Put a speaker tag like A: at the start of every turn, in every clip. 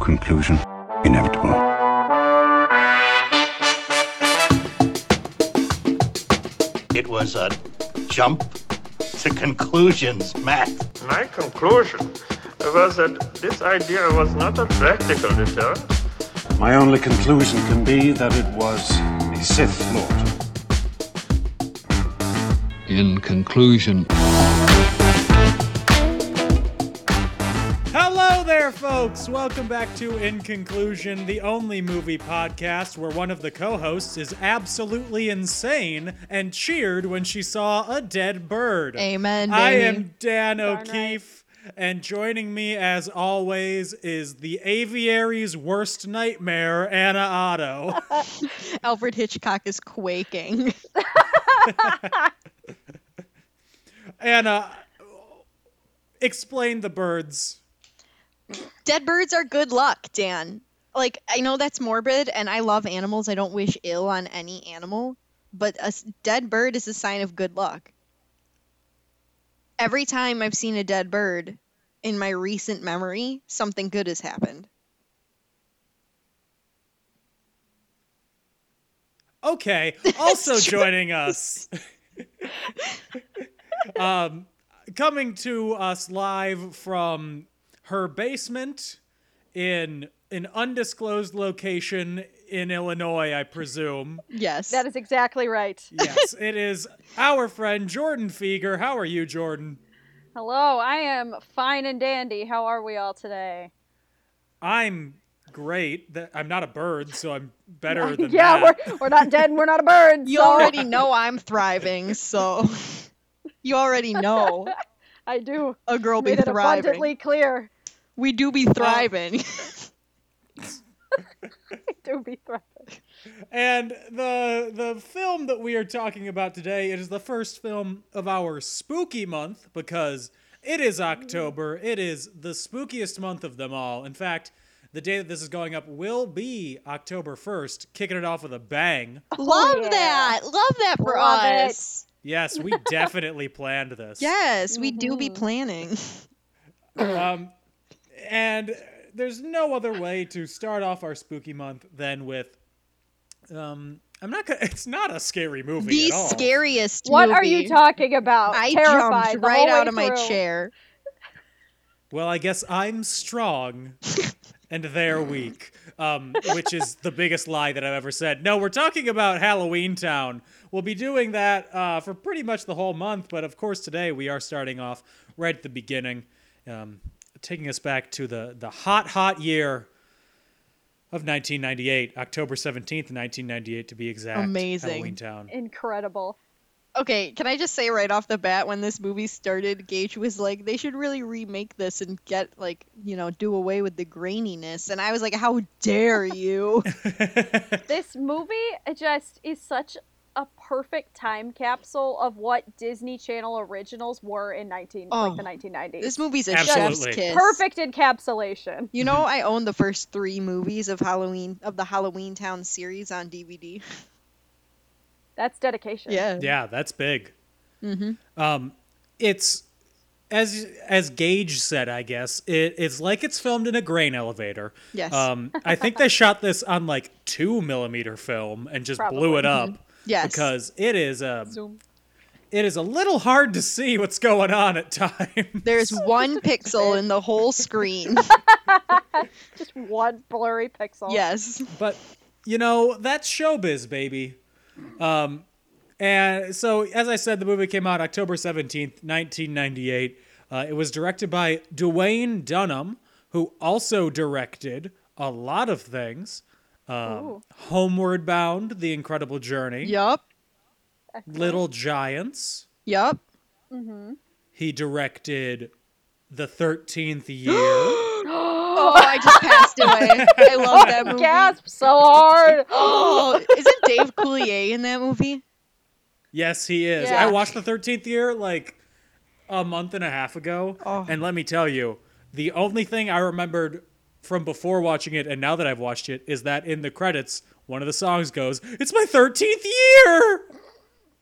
A: Conclusion inevitable.
B: It was a jump to conclusions, Matt.
C: My conclusion was that this idea was not a practical deterrent.
D: My only conclusion can be that it was a Sith Lord.
E: In conclusion,
F: Hello there, folks! Welcome back to In Conclusion, the only movie podcast where one of the co hosts is absolutely insane and cheered when she saw a dead bird.
G: Amen,
F: I
G: baby.
F: am Dan
G: Darn
F: O'Keefe, and joining me, as always, is the aviary's worst nightmare, Anna Otto.
G: Alfred Hitchcock is quaking.
F: Anna, explain the birds.
G: Dead birds are good luck, Dan. Like, I know that's morbid, and I love animals. I don't wish ill on any animal, but a s- dead bird is a sign of good luck. Every time I've seen a dead bird in my recent memory, something good has happened.
F: Okay. Also joining us, um, coming to us live from her basement in an undisclosed location in Illinois, I presume.
G: Yes.
H: That is exactly right.
F: Yes, it is our friend Jordan Feger. How are you, Jordan?
H: Hello, I am fine and dandy. How are we all today?
F: I'm great. Th- I'm not a bird, so I'm better than
H: yeah,
F: that.
H: we're we're not dead and we're not a bird.
G: you
H: so
G: already know I'm thriving, so you already know
H: I do
G: a girl be
H: made it
G: thriving.
H: abundantly clear.
G: We do be thriving.
H: Do be thriving.
F: And the the film that we are talking about today it is the first film of our spooky month because it is October. It is the spookiest month of them all. In fact, the day that this is going up will be October 1st, kicking it off with a bang.
G: Love
H: Oh, yeah.
G: that. Love that for
H: Love it.
G: us.
F: Yes, we definitely planned this.
G: Yes, we do
H: Mm-hmm.
G: be planning.
F: Um, and there's no other way to start off our spooky month than with um I'm not gonna, it's not a scary movie
G: The
F: at all.
G: scariest
H: What are
G: movie.
H: you talking about?
G: I
H: Terrified
G: jumped
H: the
G: right
H: whole
G: out
H: way
G: of my
H: through.
G: chair.
F: Well, I guess I'm strong and they're weak, um, which is the biggest lie that I've ever said. No, we're talking about Halloween Town. We'll be doing that uh, for pretty much the whole month, but of course, today we are starting off right at the beginning, um, taking us back to the, the hot, hot year. Of 1998, October 17th, 1998 to be exact.
G: Amazing.
F: Halloween Town.
H: Incredible.
G: Okay, can I just say right off the bat when this movie started, Gage was like, they should really remake this and get, like, you know, do away with the graininess. And I was like, how dare you?
H: This movie it just is such a perfect time capsule of what Disney Channel originals were in 19
G: Oh,
H: like the 1990s.
G: this movie's a
F: Absolutely.
G: chef's kiss.
H: perfect encapsulation.
G: You know, I own the first three movies of Halloween, of the Halloween Town series on DVD.
H: That's dedication.
G: Yeah.
F: Yeah, that's big.
G: Mm-hmm.
F: Um, it's as as Gage said, I guess it, it's like it's filmed in a grain elevator.
G: Yes.
F: Um, I think they shot this on like two millimeter film and just blew it up
G: Mm-hmm. Yes.
F: because it is a it is a little hard to see what's going on at times.
G: There's one pixel in the whole screen.
H: Just one blurry pixel.
G: yes.
F: but you know that's showbiz baby um and so as i said the movie came out october 17th 1998 uh, it was directed by dwayne dunham who also directed a lot of things um, homeward bound the incredible journey
G: Yup.
F: little giants
G: Yup.
F: he directed the 13th year
G: Oh, I just passed away. I love that movie.
H: Gasp so hard.
G: Oh, isn't Dave Coulier in that movie?
F: yes he is
H: Yeah.
F: i watched the 13th year like a month and a half ago.
G: Oh.
F: And let me tell you, the only thing I remembered from before watching it and now that I've watched it is that in the credits, one of the songs goes, It's my 13th year!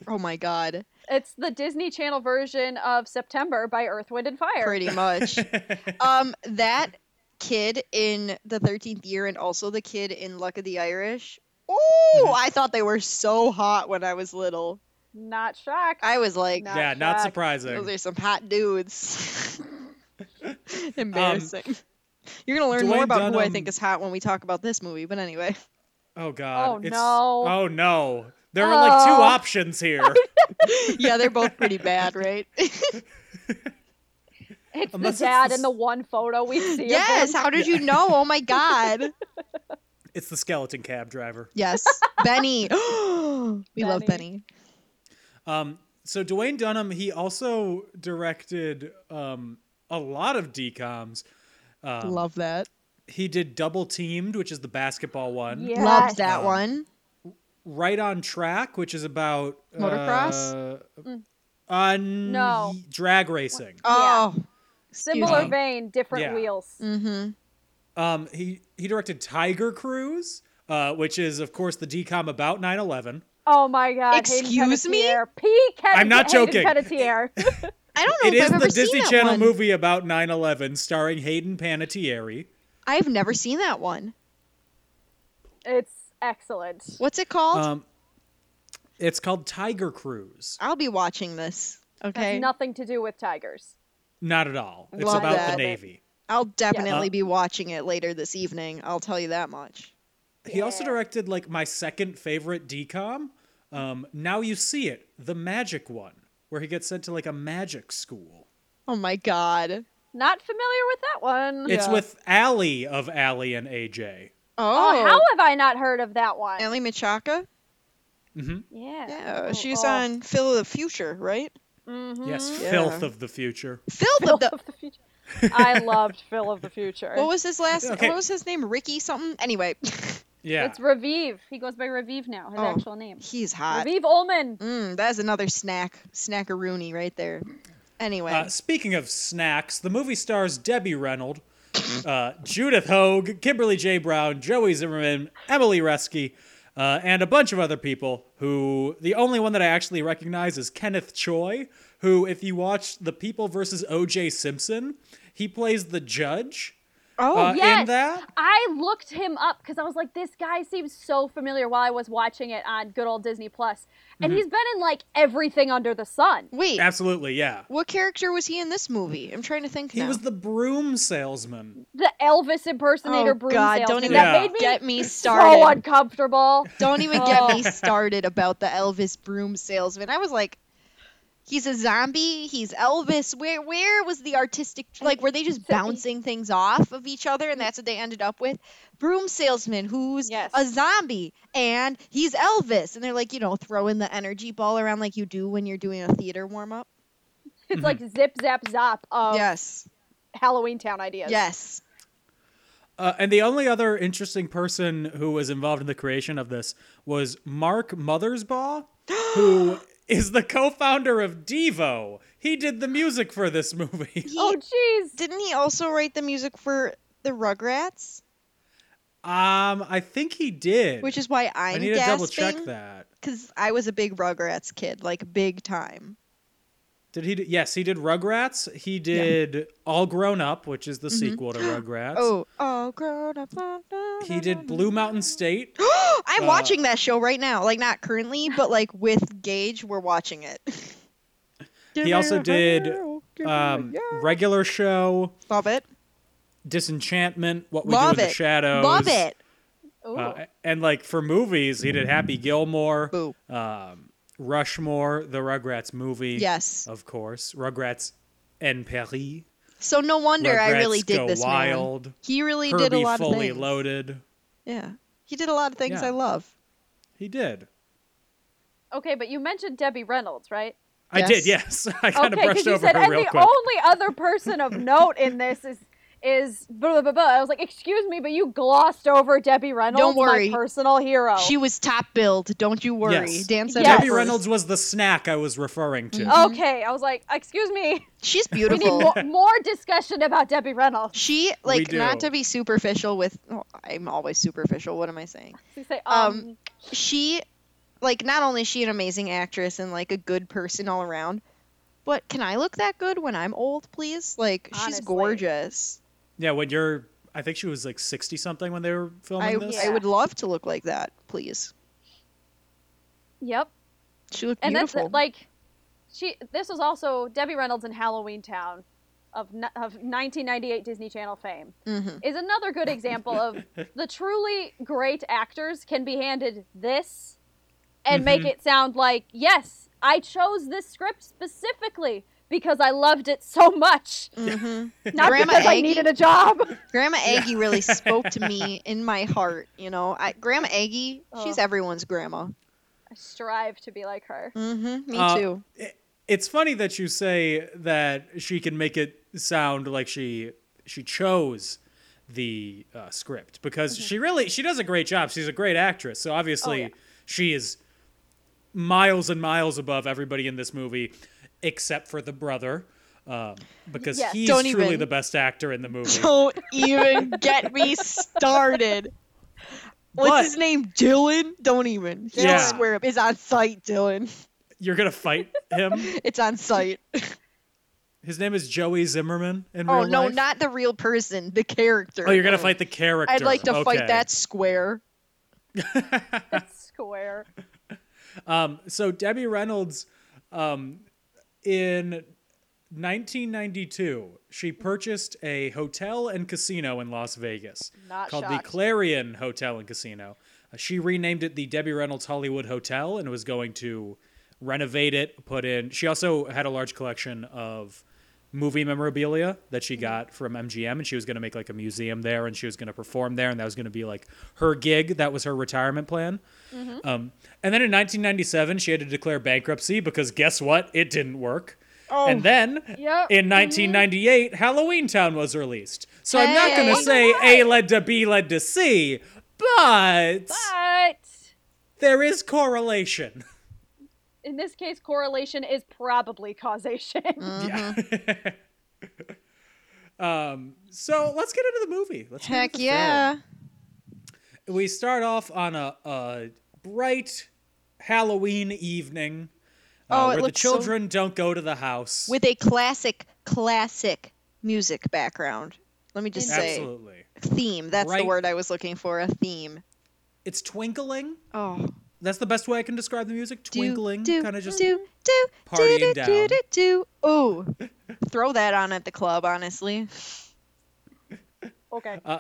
G: Oh my god.
H: It's the Disney Channel version of September by Earth, Wind, and Fire.
G: Pretty much. Um that kid in the 13th year and also the kid in Luck of the Irish. Ooh, I thought they were so hot when I was little.
H: Not shocked.
G: I was like,
H: No.
F: yeah, not
H: Shocked.
G: those
F: surprising.
G: are some hot dudes. Embarrassing. You're gonna learn
F: Dwayne
G: more about who I
F: Dunham-
G: think is hot when we talk about this movie, but anyway.
F: Oh god.
H: Oh,
F: it's,
H: no.
F: Oh no. There are like two
H: Oh.
F: options here.
G: yeah, they're both pretty bad, right?
H: It's the
F: Unless it's
H: dad
F: the
H: in the one photo we see. of
G: yes,
H: him.
G: how did you know? Oh my god.
F: It's the skeleton cab driver.
G: Yes. Benny. we love Benny.
H: Benny.
F: Um, so Dwayne Dunham, he also directed um, a lot of DComs. Um,
G: love that.
F: he did Double Teamed, which is the basketball one.
H: Yeah.
G: Love that
F: Um,
G: one.
F: Right on Track, which is about
G: Motocross?
F: Uh,
G: Mm.
F: on
H: No.
F: drag racing.
G: Oh.
H: Similar
G: me.
H: vein, different
F: Yeah.
H: wheels.
G: Mm-hmm.
F: Um, he he directed Tiger Cruise, uh, which is of course the DCom about 9/11.
H: Oh my god.
G: Excuse me?
H: Hayden Panettiere. P. Kennedy,
F: I'm not joking.
H: Hayden Panettiere.
G: I don't know
F: It
G: if
F: is
G: I've
F: the
G: ever
F: Disney
G: seen that
F: Channel
G: one.
F: movie about 9/11, starring Hayden Panettiere.
G: I've never seen that one.
H: it's excellent.
G: What's it called?
F: Um, it's called Tiger Cruise.
G: I'll be watching this. Okay.
H: Has nothing to do with tigers.
F: Not at all. It's
G: Love
F: about the
G: that.
F: Navy.
G: I'll definitely
F: Uh,
G: be watching it later this evening. I'll tell you that much.
F: He also directed like my second favorite DCOM. Um, now you see it, the magic one, where he gets sent to like a magic school.
G: Oh my god.
H: Not familiar with that one.
F: It's with Allie of Allie and AJ.
H: Oh,
G: Oh,
H: how have I not heard of that one?
G: Ellie Machaca?
H: Yeah.
G: Yeah,
H: Oh,
G: she's
H: oh.
G: on Phil of the Future, right?
F: Yes,
G: Mm-hmm. Yeah.
F: filth of the future.
G: Phil,
H: Phil
G: of the
H: of the Future. I loved Phil of the Future.
G: What was his last
F: Okay.
G: what was his name? Ricky something? Anyway,
F: Yeah.
H: It's Raviv. He goes by Raviv now, his
G: Oh.
H: actual name.
G: he's hot.
H: Raviv Ullman.
G: Mm, that is another snack. Snackaroony right there. Anyway.
F: Uh, speaking of snacks, the movie stars Debbie Reynolds, uh, Judith Hogue, Kimberly J. Brown, Joey Zimmerman, Emily Reske, uh, and a bunch of other people who the only one that I actually recognize is Kenneth Choi, who, if you watch The People versus O.J. Simpson, he plays the judge
G: oh,
F: uh, in
H: yes.
F: that.
H: I looked him up because I was like, this guy seems so familiar while I was watching it on good old Disney Plus. And
G: Mm-hmm.
H: he's been in like everything under the sun.
G: wait.
F: Absolutely, yeah.
G: What character was he in this movie? I'm trying to think
F: He
G: now.
F: was the broom salesman.
H: The Elvis impersonator
G: oh
H: broom
G: god,
H: salesman.
G: don't even
F: Yeah.
H: That made me
G: get me started.
H: so uncomfortable.
G: Don't even get me
H: Oh.
G: started about the Elvis broom salesman. I was like, he's a zombie. He's Elvis. Where where was the artistic? Like, were they just bouncing things off of each other, and that's what they ended up with? Broom salesman, who's
H: Yes.
G: a zombie, and he's Elvis. And they're like, you know, throwing the energy ball around like you do when you're doing a theater warm up.
H: It's like zip, zap, zop
G: Oh.
H: of
G: yes,
H: Halloween Town ideas.
G: yes.
F: Uh, and the only other interesting person who was involved in the creation of this was Mark Mothersbaugh, who is the co-founder of Devo. He did the music for this movie.
G: He,
H: Oh, jeez.
G: didn't he also write the music for the Rugrats?
F: Um, I think he did.
G: Which is why I'm
F: I need to
G: gasping.
F: double check that.
G: because I was a big Rugrats kid, like big time.
F: Did he? Do, yes, he did Rugrats. He did All Grown Up, which is the sequel to Rugrats.
G: Mm-hmm. Oh, all grown up. na, na,
F: He
G: na,
F: did
G: na,
F: Blue
G: na.
F: Mountain State.
G: I'm
F: uh,
G: watching that show right now, like not currently, but like with Gage, we're watching it.
F: He also did
G: Oh
F: um, Regular Show,
G: love it,
F: Disenchantment, What We
G: Love
F: Do in
G: it.
F: the Shadows.
G: love it.
H: Ooh.
G: Oh.
F: Uh, and like for movies, he did Happy Gilmore,
G: Boo.
F: um, Rushmore, the Rugrats movie.
G: Yes.
F: of course, Rugrats and Perry.
G: So no wonder I
F: Rugrats
G: really
F: Go
G: dig this man.
F: Wild.
G: He really
F: Herbie
G: did a lot
F: Fully
G: of things.
F: Loaded.
G: Yeah, he did a lot of things
F: Yeah.
G: I love.
F: He did.
H: Okay, but you mentioned Debbie Reynolds, right?
F: I did. Yes, I kind of brushed over her
H: and
F: real
H: the
F: quick.
H: only other person of note in this is is blah, blah, blah. I was like, excuse me, but you glossed over Debbie Reynolds,
G: Don't worry.
H: my personal hero.
G: She was top billed. Don't you worry.
F: Yes.
G: Dan said
H: Yes.
G: it
F: Debbie
G: first.
F: Reynolds was the snack I was referring
G: Mm-hmm.
F: to.
G: Oh.
H: okay, I was like, excuse me,
G: She's
H: we need
G: beautiful.
H: more, more discussion about Debbie Reynolds.
G: She like
F: do.
G: not to be superficial with. oh, I'm always superficial. What am I saying?
H: She say, um,
G: Um, She, like, not only is she an amazing actress and like a good person all around, but can I look that good when I'm old, please? Like, she's
H: Honestly.
G: gorgeous.
F: Yeah, when you're I think she was like sixty something when they were filming
G: I,
F: this.
G: I would love to look like that, please.
H: Yep.
G: She looked
H: and
G: beautiful.
H: that's like she this was also debbie reynolds in halloween town of, n- of 1998 disney channel fame
G: Mm-hmm.
H: is another good example of the truly great actors can be handed this and
G: Mm-hmm.
H: make it sound like yes i chose this script specifically because i loved it so much not
G: Mm. Grandma
H: because i
G: Aggie.
H: needed a job
G: Grandma Aggie really spoke to me in my heart. You know, I, Grandma Aggie,
H: Oh.
G: she's everyone's grandma.
H: i strive to be like her
G: Mm-hmm, me
F: Uh,
G: too.
F: it- it's funny that you say that she can make it sound like she she chose the uh, script because
G: Mm-hmm.
F: she really she does a great job. She's a great actress, so obviously
G: Oh,
H: yeah.
F: she is miles and miles above everybody in this movie, except for the brother, um, because
H: Yes.
F: he's
G: Don't
F: truly
G: even.
F: the best actor in the movie.
G: Don't even get me started. What's
F: But-
G: his name? Dylan? Don't even. He
F: Yeah.
G: don't swear up. It's on site, Dylan.
F: You're gonna fight him.
G: It's on site.
F: His name is Joey Zimmerman in
G: oh
F: real
G: no,
F: life.
G: not the real person, the character.
F: Oh, you're gonna fight the character.
G: I'd like to
F: Okay.
G: fight that square.
H: square
F: Um, so Debbie Reynolds, um, in 1992, she purchased a hotel and casino in Las Vegas
H: Not
F: called
H: shocked.
F: the Clarion Hotel and Casino. Uh, she renamed it the Debbie Reynolds Hollywood Hotel and was going to renovate it, put in. She also had a large collection of movie memorabilia that
H: Mm-hmm.
F: she got from MGM and she was going to make like a museum there and she was going to perform there and that was going to be like her gig that was her retirement plan. Um, and then in 1997, she had to declare bankruptcy because guess what? It didn't work.
G: Oh.
F: and then
H: Yep.
G: mm-hmm.
F: in 1998, Halloween Town was released. So I'm not going
G: Hey.
F: to say A led to B led to C, but
H: but
F: there is correlation.
H: in this case correlation is probably causation
F: Um, so let's get into the movie. Let's get
G: Heck
F: into the
G: yeah.
F: film. We start off on a, a bright Halloween evening uh,
G: Oh, it
F: where the
G: looks so-
F: children don't go to the house.
G: With a classic, classic music background. Let me just say
F: Absolutely.
G: theme. That's
F: Right.
G: the word I was looking for. A theme.
F: It's twinkling.
G: Oh.
F: That's the best way I can describe the music. Twinkling,
G: do,
F: kind of just
G: do, do,
F: partying
G: do, do,
F: down.
G: Do, do, do. Ooh. Throw that on at the club, honestly.
H: okay
F: Uh,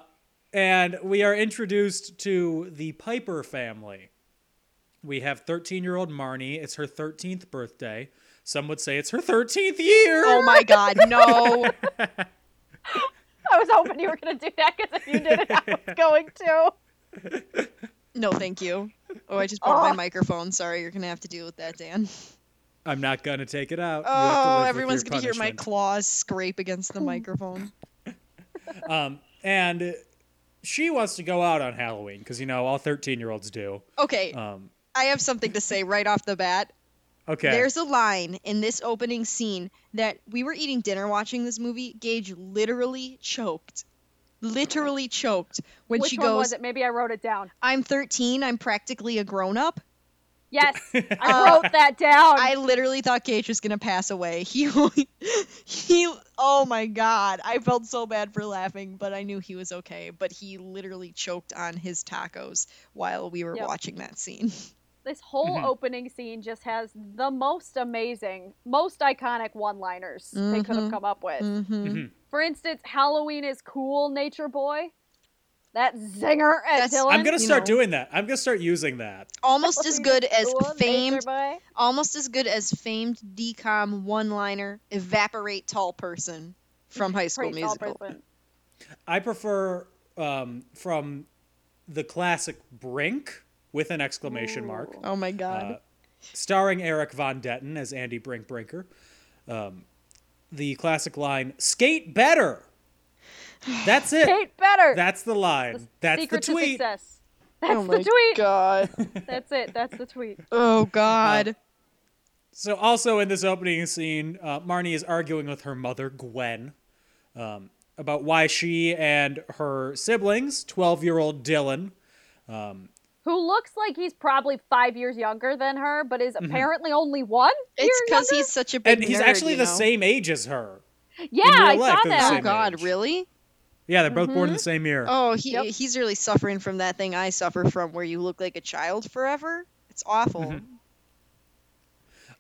F: And we are introduced to the Piper family. We have 13 year old Marnie. It's her 13th birthday. Some would say it's her 13th year.
G: Oh my god, no.
H: I was hoping you were going to do that because if you didn't, I was going to.
G: No, thank you. Oh, I just broke my microphone. Sorry, you're gonna have to deal with that, Dan.
F: I'm not going to take it out. You have to live
G: Oh,
F: with
G: everyone's
F: your
G: gonna hear my
F: punishment.
G: claws scrape against the microphone.
F: And she wants to go out on Halloween because, you know, all 13 year olds do.
G: Okay,
F: Um,
G: I have something to say right off the bat.
F: okay.
G: There's a line in this opening scene that we were eating dinner watching this movie. Gage literally choked. Literally choked when
H: Which
G: she
H: one was
G: goes,
H: it? Maybe I wrote it down.
G: I'm 13, I'm practically a grown up.
H: Yes, I wrote that down.
G: I literally thought Gage was gonna pass away. He, he, oh my god! I felt so bad for laughing, but I knew he was okay. But he literally choked on his tacos while we were
H: Yep.
G: watching that scene.
H: this whole
F: Mm-hmm.
H: opening scene just has the most amazing, most iconic one-liners they could
G: Mm-hmm.
H: have come up with.
F: Mm-hmm.
H: For instance, Halloween is cool, Nature Boy. That zinger at
G: That's-
H: Dylan.
F: I'm going to
G: you
F: start
G: know.
F: doing that. I'm going to start using that.
G: Almost as good as
H: Cool, Nature
G: famed,
H: Boy.
G: almost as good as famed decom one-liner "Evaporate Tall Person" from High School
H: Pretty tall
G: Musical.
H: person.
F: I prefer um, from the classic Brink with an exclamation mark.
G: Oh my god!
F: Uh, starring Eric Von Detten as Andy Brinkbreaker. Um, the classic line, "Skate better." That's it.
H: Kate Better.
F: That's the line. That's the
H: Secret to
F: tweet.
H: success. That's
G: oh
H: the
G: my
H: tweet.
G: god!
H: That's it. That's the tweet.
G: Oh god!
F: So, also in this opening scene, uh, Marnie is arguing with her mother, Gwen, um, about why she and her siblings, twelve-year-old Dylan,
H: who looks like he's probably five years younger than her, but is
F: Mm-hmm.
H: apparently only one. year
G: It's because
H: younger?
G: he's such a big.
F: and he's
G: nerd,
F: actually
G: you
F: the
G: know?
F: same age as her.
H: yeah,
F: real
H: I
F: life,
H: saw
F: they're the
H: that.
G: Oh
F: same.
G: god!
F: age.
G: Really?
F: Yeah, they're both
H: Mm-hmm.
F: born in the same year.
G: Oh, he
H: Yep.
G: he's really suffering from that thing I suffer from, where you look like a child forever. It's awful.
F: Mm-hmm.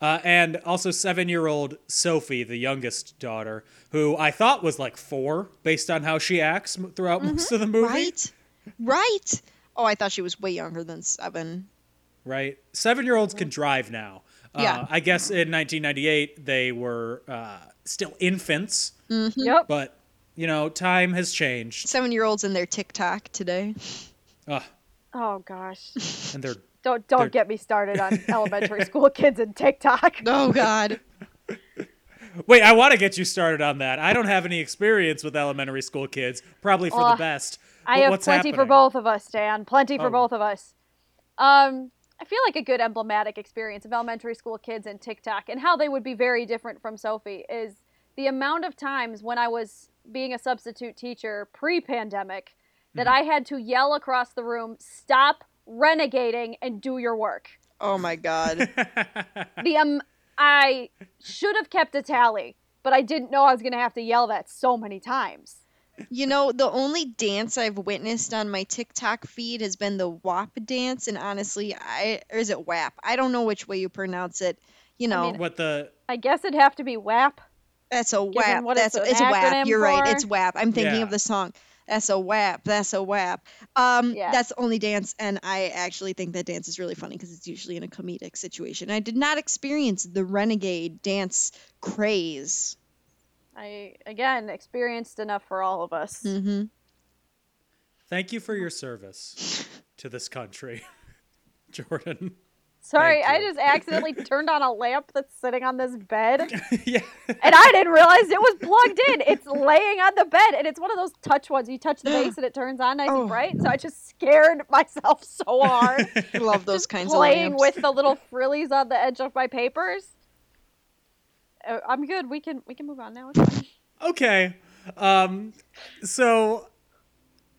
F: Uh, and also seven year old Sophie, the youngest daughter, who I thought was like four based on how she acts m- throughout most
H: Mm-hmm.
F: of the movie.
G: Right? Right? Oh, I thought she was way younger than seven.
F: right? Seven year olds can drive now. Uh,
G: Yeah.
F: I guess in 1998 they were uh, still infants,
H: Yep.
F: but you know time has changed.
G: Seven year olds in their TikTok today.
F: Ugh,
H: Oh gosh.
F: and they're
H: Don't don't get me started on elementary school kids and TikTok.
G: Oh, God.
F: wait. I want to get you started on that. I don't have any experience with elementary school kids, probably for the
H: Ugh,
F: best.
H: I
F: But
H: have
F: what's
H: plenty for
F: happening?
H: both of us, Dan. Plenty for
F: Oh.
H: both of us. Um, I feel like a good emblematic experience of elementary school kids and TikTok and how they would be very different from Sophie is the amount of times when I was being a substitute teacher pre pandemic that
F: Mm-hmm.
H: I had to yell across the room, stop renegading and do your work.
G: Oh, my God.
H: The um, I should have kept a tally, but I didn't know I was going to have to yell that so many times.
G: You know, the only dance I've witnessed on my TikTok feed has been the WAP dance, and honestly, I or is it WAP? I don't know which way you pronounce it. You know,
H: mean-
F: What the?
H: I guess it'd have to be WAP.
G: that's a WAP.
H: what
G: That's a,
H: it's an
G: it's a WAP.
H: acronym
G: You're right.
H: for.
G: It's WAP. I'm thinking
F: Yeah.
G: of the song. That's a WAP. That's a WAP. Um,
H: Yeah.
G: that's the only dance, and I actually think that dance is really funny because it's usually in a comedic situation. I did not experience the renegade dance craze.
H: I again experienced enough for all of us.
G: hmm
F: Thank you for your service to this country, Jordan.
H: Sorry,
F: Thank
H: I
F: you.
H: just accidentally turned on a lamp that's sitting on this bed, and
F: yeah.
H: I didn't realize it was plugged in. It's laying on the bed, and it's one of those touch ones. You touch the base, and it turns on nice
G: Oh.
H: and bright. So I just scared myself so hard
G: I love those kinds of
H: playing
G: lamps.
H: with the little frillies on the edge of my papers. Uh, I'm good. We can we can move on now. It's fine.
F: Okay. Um, so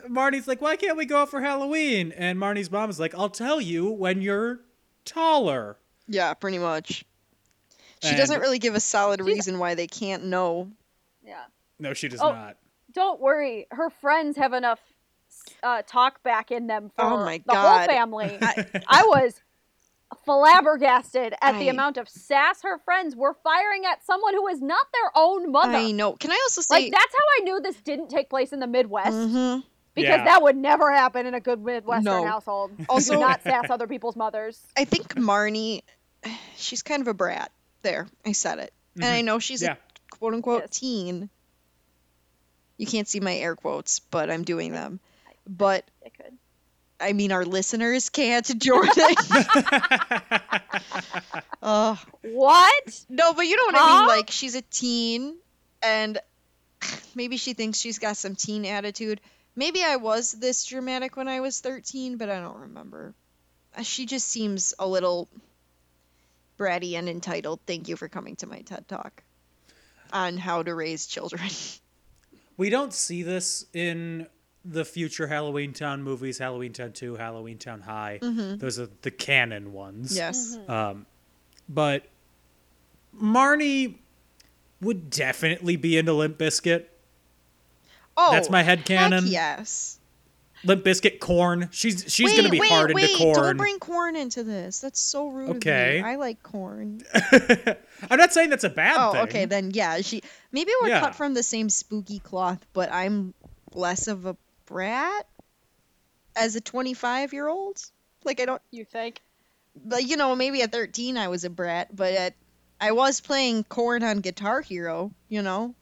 F: Marnie's like, why can't we go out for Halloween? And Marnie's mom is like, I'll tell you when you're taller.
G: Yeah, pretty much. She
F: And-
G: doesn't really give a solid reason why they can't know.
H: Yeah.
F: No, she does
H: Oh.
F: not.
H: Don't worry. Her friends have enough uh, talk back in them for
G: Oh my
H: the whole
G: God.
H: family. I was flabbergasted at the
G: I-
H: amount of sass her friends were firing at someone who is not their own mother.
G: I know. Can I also say?
H: like that's how I knew this didn't take place in the Midwest
G: Mhm.
H: because
F: Yeah.
H: that would never happen in a good Midwestern
G: No.
H: household. You do
G: Also-
H: not sass other people's mothers.
G: I think Marnie, she's kind of a brat. There, I said it. And I know she's
F: Yeah.
G: a quote unquote
H: Yes.
G: teen. You can't see my air quotes, but I'm doing them. But
H: It could.
G: I mean, our listeners can't, Jordan. Ugh.
H: What?
G: no, but you know what I
H: Huh?
G: mean. Like she's a teen, and maybe she thinks she's got some teen attitude. Maybe I was this dramatic when I was 13, but I don't remember. Uh, She just seems a little bratty and entitled. Thank you for coming to my TED talk on how to raise children.
F: We don't see this in the future Halloween Town movies, Halloween Town 2, Halloween Town High.
G: Mm-hmm.
F: Those are the canon ones.
G: yes.
F: But Marnie would definitely be into Limp Biscuit.
G: Oh,
F: That's my head
G: heck
F: canon.
G: yes.
F: Limp Biscuit corn. She's she's gonna be
G: wait,
F: hard
G: wait,
F: into corn.
G: Don't bring corn into this. That's so rude.
F: Okay.
G: Of me. I like corn.
F: I'm not saying that's a bad
G: Oh,
F: thing.
G: okay, then yeah, she maybe we're
F: Yeah.
G: cut from the same spooky cloth, but I'm less of a brat as a 25 year old. Like I don't,
H: You think?
G: but you know, maybe at 13 I was a brat, but at I was playing corn on Guitar Hero, you know.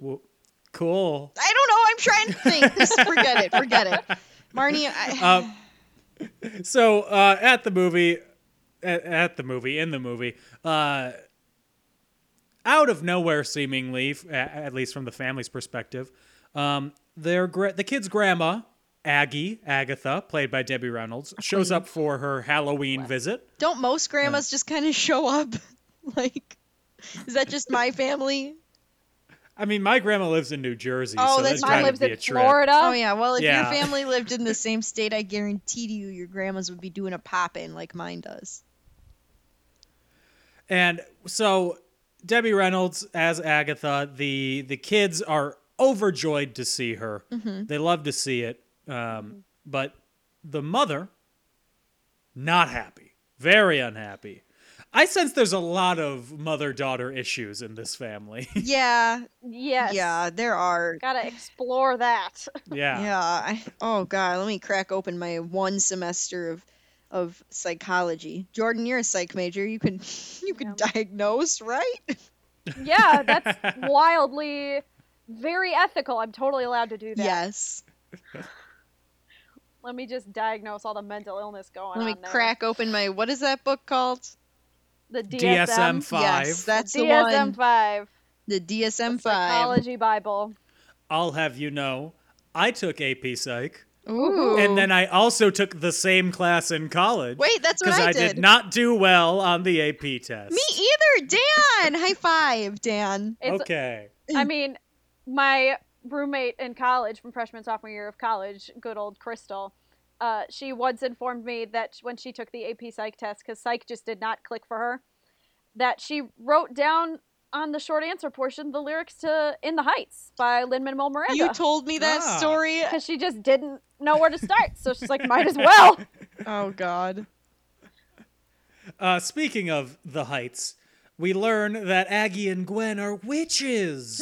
F: Well, cool.
G: I don't know. I'm trying to think. This, forget it. Forget it. Marnie, I,
F: Uh, So uh, at the movie, at, at the movie, in the movie, uh, out of nowhere, seemingly, f- a- at least from the family's perspective, um, their gra- the kid's grandma, Aggie Agatha, played by Debbie Reynolds, shows up for her Halloween visit.
G: don't most grandmas just kind of show up? like, is that just my family?
F: I mean, my grandma lives in New Jersey,
G: Oh,
F: so
G: that's
F: that's
G: mine
H: Mine
F: gotta
H: lives
F: be a
H: in
F: trip.
H: Florida.
G: Oh yeah. Well, if
F: Yeah.
G: your family lived in the same state, I guarantee you your grandmas would be doing a pop in like mine does.
F: And so Debbie Reynolds as Agatha. The the kids are overjoyed to see her.
G: Mm-hmm.
F: They love to see it. Um, but the mother, not happy, very unhappy. I sense there's a lot of mother daughter issues in this family.
G: Yeah,
H: Yes.
G: yeah, there are.
H: Gotta explore that.
F: yeah.
G: Yeah. I, oh God, let me crack open my one semester of of psychology. Jordan, you're a psych major. You can you can diagnose, right?
H: yeah, that's wildly very ethical. I'm totally allowed to do that.
G: Yes.
H: Let me just diagnose all the mental illness going
G: Let me
H: on. there.
G: crack open my what is that book called?
H: the DSM.
F: DSM five.
G: Yes, that's the
H: DSM
G: one.
H: five.
G: The DSM five.
H: Psychology Bible.
F: I'll have you know, I took AP Psych,
G: Ooh.
F: and then I also took the same class in college.
G: Wait, that's what
F: because
G: I
F: I
G: did.
F: did not do well on the AP test.
G: me either, Dan. High five, Dan.
H: It's,
F: okay.
H: I mean, my roommate in college from freshman sophomore year of college, good old Crystal. Uh, she once informed me that when she took the AP Psych test, because Psych just did not click for her, that she wrote down on the short answer portion the lyrics to "In the Heights" by Lin Manuel Miranda.
G: You told me that
F: Ah.
G: story.
H: because she just didn't know where to start. So she's like, might as well.
G: Oh God.
F: Uh, speaking of the heights, we learn that Aggie and Gwen are witches.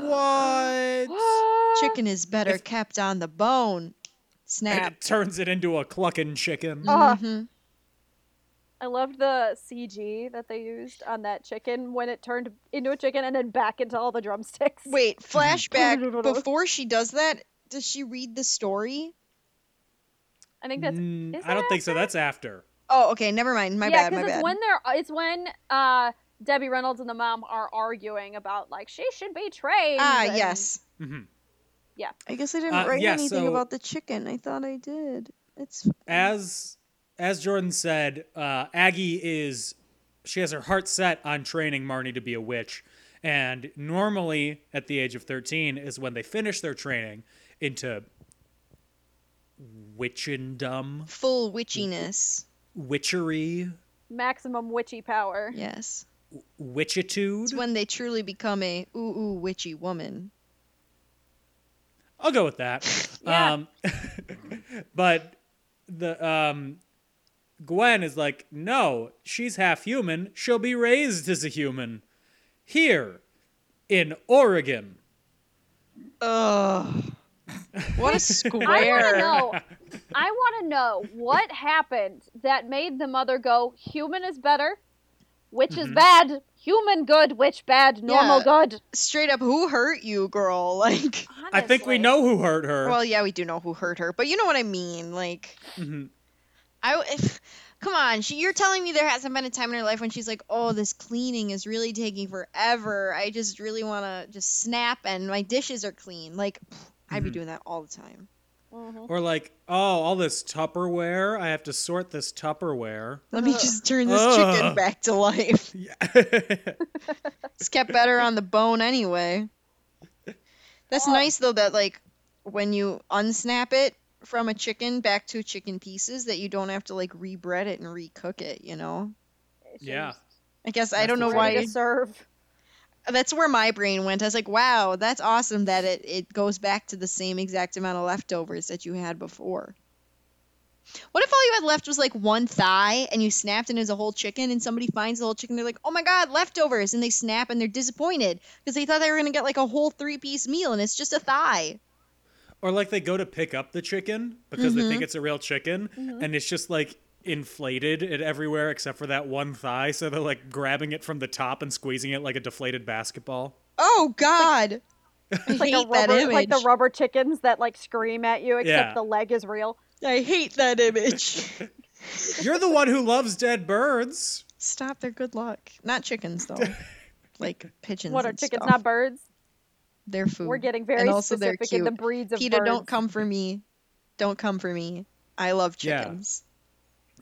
F: what?
G: Chicken is better kept on the bone.
F: And
G: Snap.
F: it turns it into a clucking chicken.
H: Ah.
G: Mhm.
H: I loved the CG that they used on that chicken when it turned into a chicken and then back into all the drumsticks.
G: Wait, flashback. Before she does that, does she read the story?
H: I think that's.
F: Mm,
H: is
F: I don't
H: that
F: think so.
H: after?
F: That's after.
G: Oh, okay. Never mind. My
H: yeah,
G: bad. My
H: it's
G: bad.
H: when they're it's when uh, Debbie Reynolds and the mom are arguing about like she should be trained.
G: Ah,
H: and-
G: yes.
F: Mhm.
H: Yeah.
G: I guess I didn't
F: Uh,
G: write
F: yeah,
G: anything
F: so-
G: about the chicken. I thought I did. It's
F: As as Jordan said, uh, Aggie is she has her heart set on training Marnie to be a witch, and normally at the age of thirteen is when they finish their training into witchendom,
G: full witchiness.
F: witchery,
H: Maximum witchy power.
G: Yes.
F: witchitude.
G: It's when they truly become a ooh ooh witchy woman.
F: I'll go with that.
H: Yeah.
F: Um, but the um, Gwen is like, no, she's half human. She'll be raised as a human here in Oregon.
G: Ugh. What a
H: I want
G: square.
H: to know. I want to know what happened that made the mother go human is better, which
F: Mm-hmm.
H: is bad, human good, which bad, normal
G: Yeah.
H: good.
G: Straight up, who hurt you, girl? Like,
F: I think we
H: Honestly.
F: know who hurt her.
G: well, yeah, we do know who hurt her, but you know what I mean. Like,
F: Mhm.
G: I if, come on, she, you're telling me there hasn't been a time in her life when she's like, "Oh, this cleaning is really taking forever. I just really want to just snap and my dishes are clean." Like, pff, I'd be doing that all the time.
F: Or like, oh, all this Tupperware. I have to sort this Tupperware.
G: Let me just turn this chicken
F: Ugh.
G: back to life. It's kept better on the bone anyway. That's nice though that like when you unsnap it from a chicken back to chicken pieces that you don't have to like rebread it and recook it, you know?
F: yeah.
G: I guess I
F: That's
G: don't know
F: the
G: why
H: Ready to serve.
G: that's where my brain went. I was like, wow, that's awesome that it, it goes back to the same exact amount of leftovers that you had before. What if all you had left was like one thigh and you snapped and it was a whole chicken and somebody finds the whole chicken? They're like, oh my God, leftovers. And they snap and they're disappointed because they thought they were going to get like a whole three piece meal and it's just a thigh.
F: Or like they go to pick up the chicken because they
G: Mm-hmm.
F: think it's a real chicken and it's just like inflated it everywhere except for that one thigh. So they're like grabbing it from the top and squeezing it like a deflated basketball.
G: Oh God. I
H: It's like, a
G: hate that
H: rubber,
G: image.
H: like the rubber chickens that like scream at you, except
F: Yeah.
H: the leg is real.
G: I hate that image.
F: You're the one who loves dead birds.
G: Stop their good luck. Not chickens though. like pigeons.
H: What are
G: and
H: chickens?
G: stuff.
H: Not birds.
G: They're food.
H: We're getting very
G: and also they're
H: specific in the
G: cute.
H: breeds of
G: Peter,
H: birds.
G: don't come for me. Don't come for me. I love
F: Yeah.
G: chickens.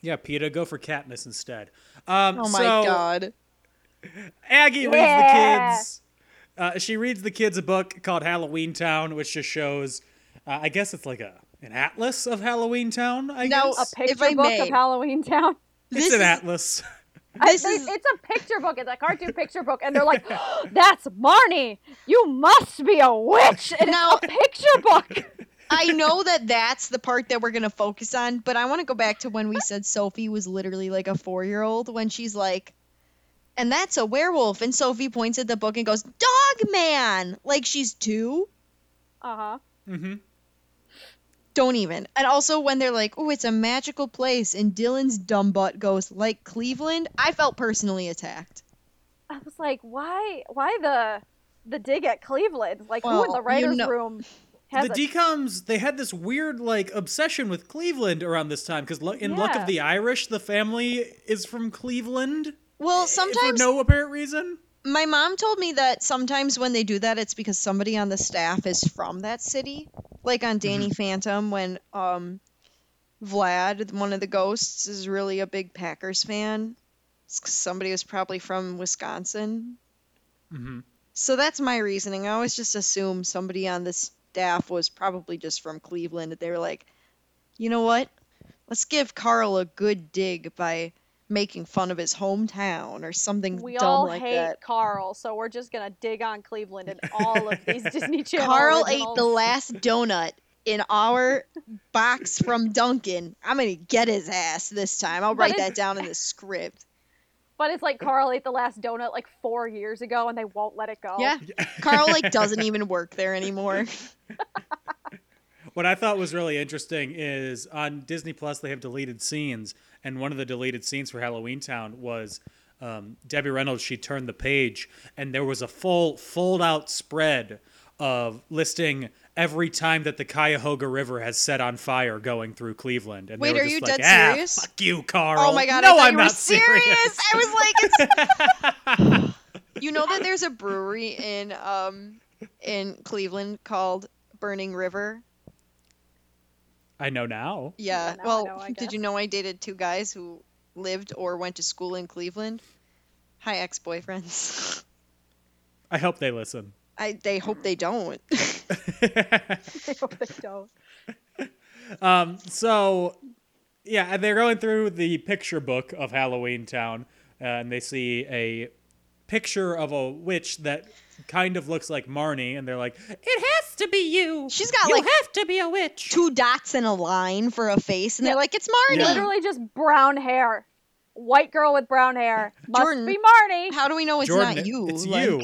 F: Yeah, PETA, go for Katniss instead. Um,
G: Oh my
F: so
G: god.
F: Aggie reads
H: Yeah.
F: the kids. Uh, she reads the kids a book called Halloween Town, which just shows, uh, I guess it's like a an atlas of Halloween Town. I
G: Now,
F: guess
H: Picture
G: if I
H: book
G: may,
H: of Halloween Town.
F: it's
G: this
F: an
G: is-
F: atlas.
H: I-
G: This
H: they-
G: is-
H: It's a picture book. It's a cartoon picture book, and they're like, "That's Marnie. You must be a witch." And
G: Now-
H: it's a picture book.
G: I know that that's the part that we're gonna focus on, but I want to go back to when we said Sophie was literally like a four-year-old when she's like, and that's a werewolf, and Sophie points at the book and goes, "Dog man!" Like she's two.
H: Uh huh.
G: Don't even. And also when they're like, "Oh, it's a magical place," and Dylan's dumb butt goes, "Like Cleveland," I felt personally attacked.
H: I was like, "Why? Why the the dig at Cleveland? Like, who in
G: Well,
H: the
G: you
H: writers'
G: know-
H: room has
F: the
H: a
F: DComs they had this weird like obsession with Cleveland around this time because in Luck
H: Yeah.
F: of the Irish, the family is from Cleveland
G: Well,
F: for
G: sometimes
F: no apparent reason.
G: my mom told me that sometimes when they do that it's because somebody on the staff is from that city like on danny phantom when um vlad one of the ghosts is really a big packers fan It's 'cause somebody was probably from wisconsin so that's my reasoning i always just assume somebody on the staff was probably just from cleveland they were like you know what let's give carl a good dig by making fun of his hometown or something
H: We
G: dumb
H: all
G: like
H: hate
G: that
H: Carl, so we're just gonna dig on Cleveland and all of these Disney Channel.
G: Carl
H: originals.
G: ate the last donut in our box from Duncan. I'm gonna get his ass this time. I'll
H: But
G: write
H: it's-
G: that down in the script.
H: But it's like Carl ate the last donut like four years ago, and they won't let it go.
G: Yeah, Carl like doesn't even work there anymore.
F: What I thought was really interesting is on Disney Plus they have deleted scenes, and one of the deleted scenes for Halloween Town was um, Debbie Reynolds. She turned the page, and there was a full fold-out spread of listing every time that the Cuyahoga River has set on fire going through Cleveland. And
G: Wait,
F: they were
G: are you
F: just like,
G: dead
F: "Ah,
G: serious?"
F: fuck you, Carl.
G: Oh my god! I
F: no,
G: thought
F: am
G: you
F: not
G: were serious. I was like, it's... you know that there's a brewery in um in Cleveland called Burning River.
F: I know now.
G: Yeah.
H: Yeah, now I
G: well,
H: know, I
G: did
H: guess.
G: you know I dated two guys who lived or went to school in Cleveland? Hi, ex-boyfriends.
F: I hope they listen.
G: I they hope they don't.
H: I hope they don't.
F: so yeah and they're going through the picture book of halloween town uh, and they see a picture of a witch that kind of looks like marnie and they're like it has to be you
G: She's got,
F: you
G: like-
F: have to be a witch
G: Two dots and a line for a face, and they're like, "It's Marnie."
F: Yeah.
H: Literally just brown hair. White girl with brown hair. Must
G: Jordan.
H: be Marnie.
G: How do we know it's
F: Jordan,
G: not you?
F: it's
G: Like-
F: you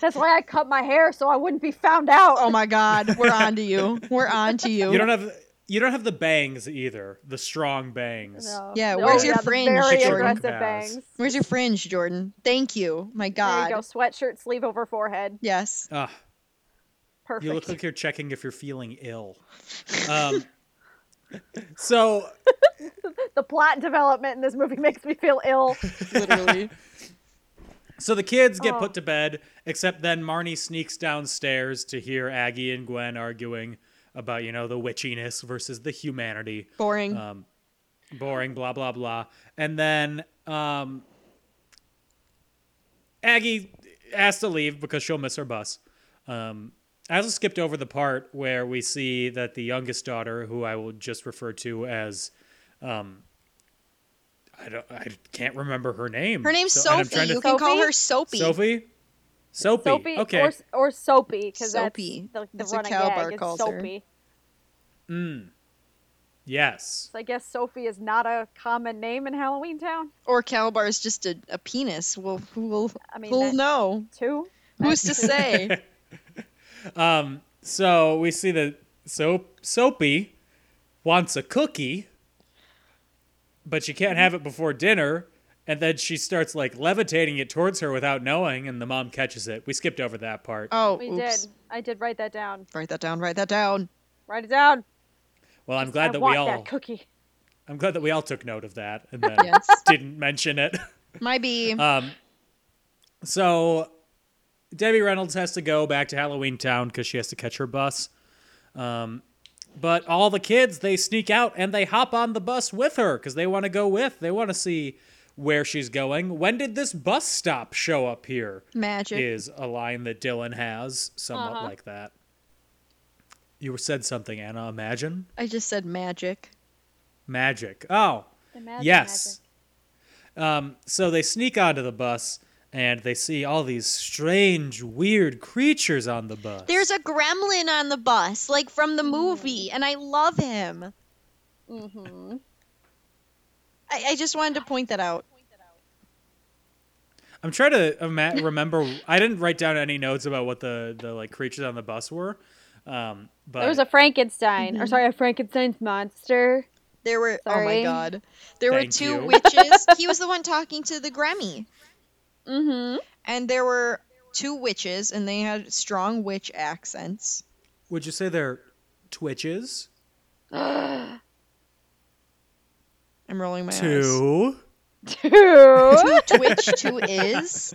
H: That's why I cut my hair so I wouldn't be found out.
G: Oh my God, we're on to you. We're on to you.
F: you don't have you don't have the bangs either the strong bangs
H: No.
G: Yeah,
H: No,
G: where's your
H: the
G: fringe,
H: Very
G: Jordan?
H: aggressive
F: Yes.
H: bangs.
G: Where's your fringe, Jordan? Thank you. My
H: There
G: God.
H: you go. Sweatshirt, sleeve over forehead.
G: Yes.
F: Ugh.
H: Perfect.
F: Ah, You look like you're checking if you're feeling ill. Um, so
H: the plot development in this movie makes me feel ill.
G: Literally.
F: So the kids get
H: Oh.
F: put to bed, except then Marnie sneaks downstairs to hear Aggie and Gwen arguing about, you know, the witchiness versus the humanity.
G: Boring.
F: Um, boring, blah, blah, blah. And then um, Aggie has to leave because she'll miss her bus. Um, I also skipped over the part where we see that the youngest daughter, who I will just refer to as. Um, I, don't, I can't remember her name.
G: her name's
F: So- and I'm
G: Sophie.
F: trying to
G: You can call her Soapy.
F: Sophie? Soapy.
H: Soapy
F: Okay.
H: or, or soapy because that's the,
G: Soapy.
H: the
G: That's what
H: running
G: Calabar
H: gag. is
G: calls her.
H: soapy.
F: yes.
H: So I guess Sophie is not a common name in Halloween Town,
G: Or Calabar is just a, a penis. Well, who will?
H: I mean,
G: who'll
H: that-
G: know?
H: too.
G: Who's to say?
F: So we see that Soap Soapy wants a cookie, but she can't have it before dinner. And then she starts like levitating it towards her without knowing, and the mom catches it. We skipped over that part.
G: Oh,
H: We
G: oops.
H: did. I did write that down.
G: Write that down. Write that down.
H: Write it down.
F: well, I'm glad
H: I
F: that
H: want
F: we all
H: that cookie.
F: I'm glad that we all took note of that and then
G: Yes.
F: didn't mention it.
G: My B.
F: Uh, So Debbie Reynolds has to go back to Halloween Town because she has to catch her bus. Um, but all the kids they sneak out and they hop on the bus with her because they want to go with. They want to see where she's going. When did this bus stop show up here?
G: Magic.
F: Is a line that Dylan has somewhat like that. You said something, Anna. Imagine
G: I just said magic.
F: magic. Oh,
H: Imagine
F: yes. Um, so they sneak onto the bus and they see all these strange, weird creatures on the bus.
G: There's a gremlin on the bus, like from the movie, and I love him.
H: Mm-hmm.
G: I, I just wanted to point that out.
F: I'm trying to ima- remember. I didn't write down any notes about what the, the like creatures on the bus were. Um, but
H: There was a Frankenstein,
G: Mm-hmm.
H: or sorry, a Frankenstein's monster.
G: There were oh my
H: Sorry.
G: god. There
F: Thank
G: were two
F: you.
G: witches. He was the one talking to the Gremmy.
H: Mm-hmm.
G: And there were two witches and they had strong witch accents.
F: would you say they're twitches?
G: I'm rolling my eyes.
F: Two.
H: Two.
G: Twitch two is.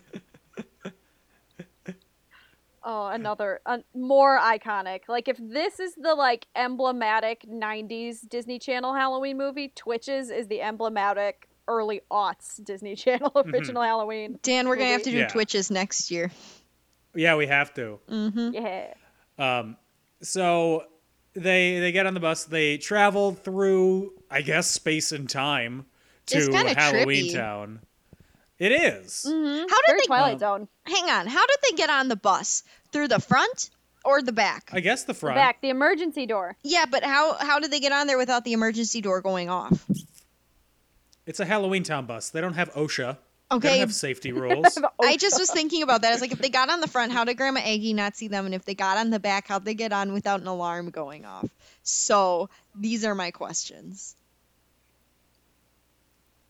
H: oh, another an more iconic. Like if this is the like emblematic '90s Disney Channel Halloween movie, Twitches is the emblematic early aughts Disney Channel original Halloween.
G: Dan, we're gonna have to do
F: Yeah.
G: Twitches next year.
H: Mm-hmm.
F: Yeah, we have to.
G: Mm-hmm.
H: Yeah.
F: Um, so they they get on the bus. They travel through, I guess, space and time
G: It's
F: to
G: kinda
F: Halloween
G: trippy.
F: Town. It is.
G: How did
H: Very
G: they
H: Twilight Zone.
G: hang on, how did they get on the bus? Through the front or the back?
F: I guess the front.
H: Back the emergency door.
G: Yeah, but how how did they get on there without the emergency door going off?
F: It's a Halloween Town bus. They don't have OSHA. They
G: Okay,
F: don't have safety rules.
G: I just was thinking about that. I was like, if they got on the front, how did Grandma Aggie not see them? And if they got on the back, how'd they get on without an alarm going off? So these are my questions.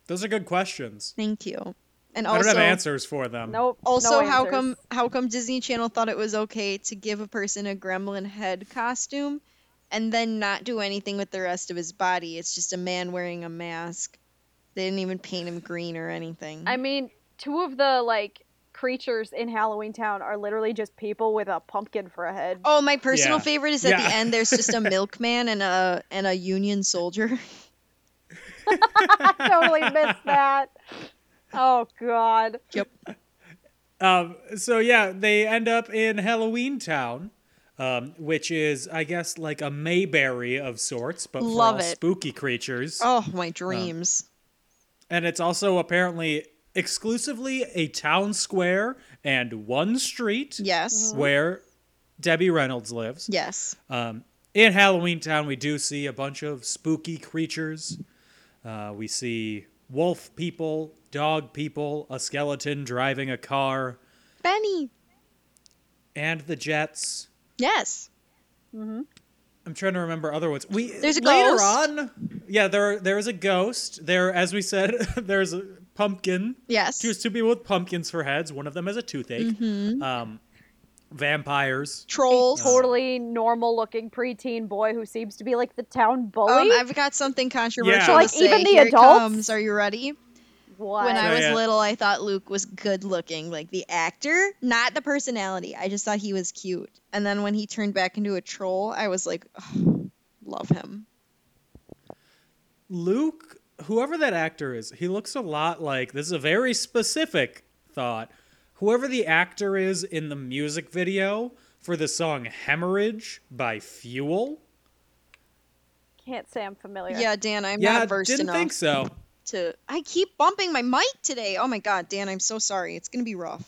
F: Those are good questions.
G: Thank you. And
F: I don't
G: also,
F: have answers for them.
H: Oh, Nope. no
G: also how
H: answers.
G: come how come Disney Channel thought it was okay to give a person a gremlin head costume and then not do anything with the rest of his body? It's just a man wearing a mask. They didn't even paint him green or anything.
H: I mean, two of the like creatures in Halloween Town are literally just people with a pumpkin for a head.
G: Oh, my personal
F: Yeah.
G: favorite is at
F: Yeah.
G: the end. There's just a milkman and a and a Union soldier.
H: I totally missed that. Oh god.
F: Um, so yeah, they end up in Halloween Town, um, which is, I guess, like a Mayberry of sorts, but for
G: Love
F: all
G: it.
F: spooky creatures.
G: Oh, my dreams.
F: And it's also apparently exclusively a town square and one street
G: Yes.
F: where Debbie Reynolds lives.
G: Yes.
F: Um, in Halloween Town, we do see a bunch of spooky creatures. Uh, we see wolf people, dog people, a skeleton driving a car,
G: Benny.
F: and the Jets.
G: Yes.
F: I'm trying to remember other ones. We
G: There's a
F: later
G: ghost.
F: on. Yeah, there there is a ghost. There, as we said, there's a pumpkin.
G: Yes.
F: There's two people with pumpkins for heads. One of them has a toothache.
G: Mm-hmm.
F: Um, vampires.
G: Trolls.
F: uh,
H: Totally normal looking preteen boy who seems to be like the town
G: Um,
H: bully.
G: I've got something controversial.
F: So, like,
G: to say.
H: even the
G: Here it
H: adults?
G: comes. Are you ready?
H: what?
G: When I was
F: yeah.
G: little, I thought Luke was good looking, like the actor, not the personality. I just thought he was cute. And then when he turned back into a troll, I was like, "Ugh, love him.
F: Luke, whoever that actor is, he looks a lot like. This is a very specific thought. Whoever the actor is in the music video for the song "Hemorrhage" by Fuel.
H: Can't say I'm familiar.
G: Yeah, Dan, I'm
F: yeah,
G: not versed
F: didn't
G: enough
F: think so.
G: to. I keep bumping my mic today. Oh my god, Dan, I'm so sorry. It's gonna be rough.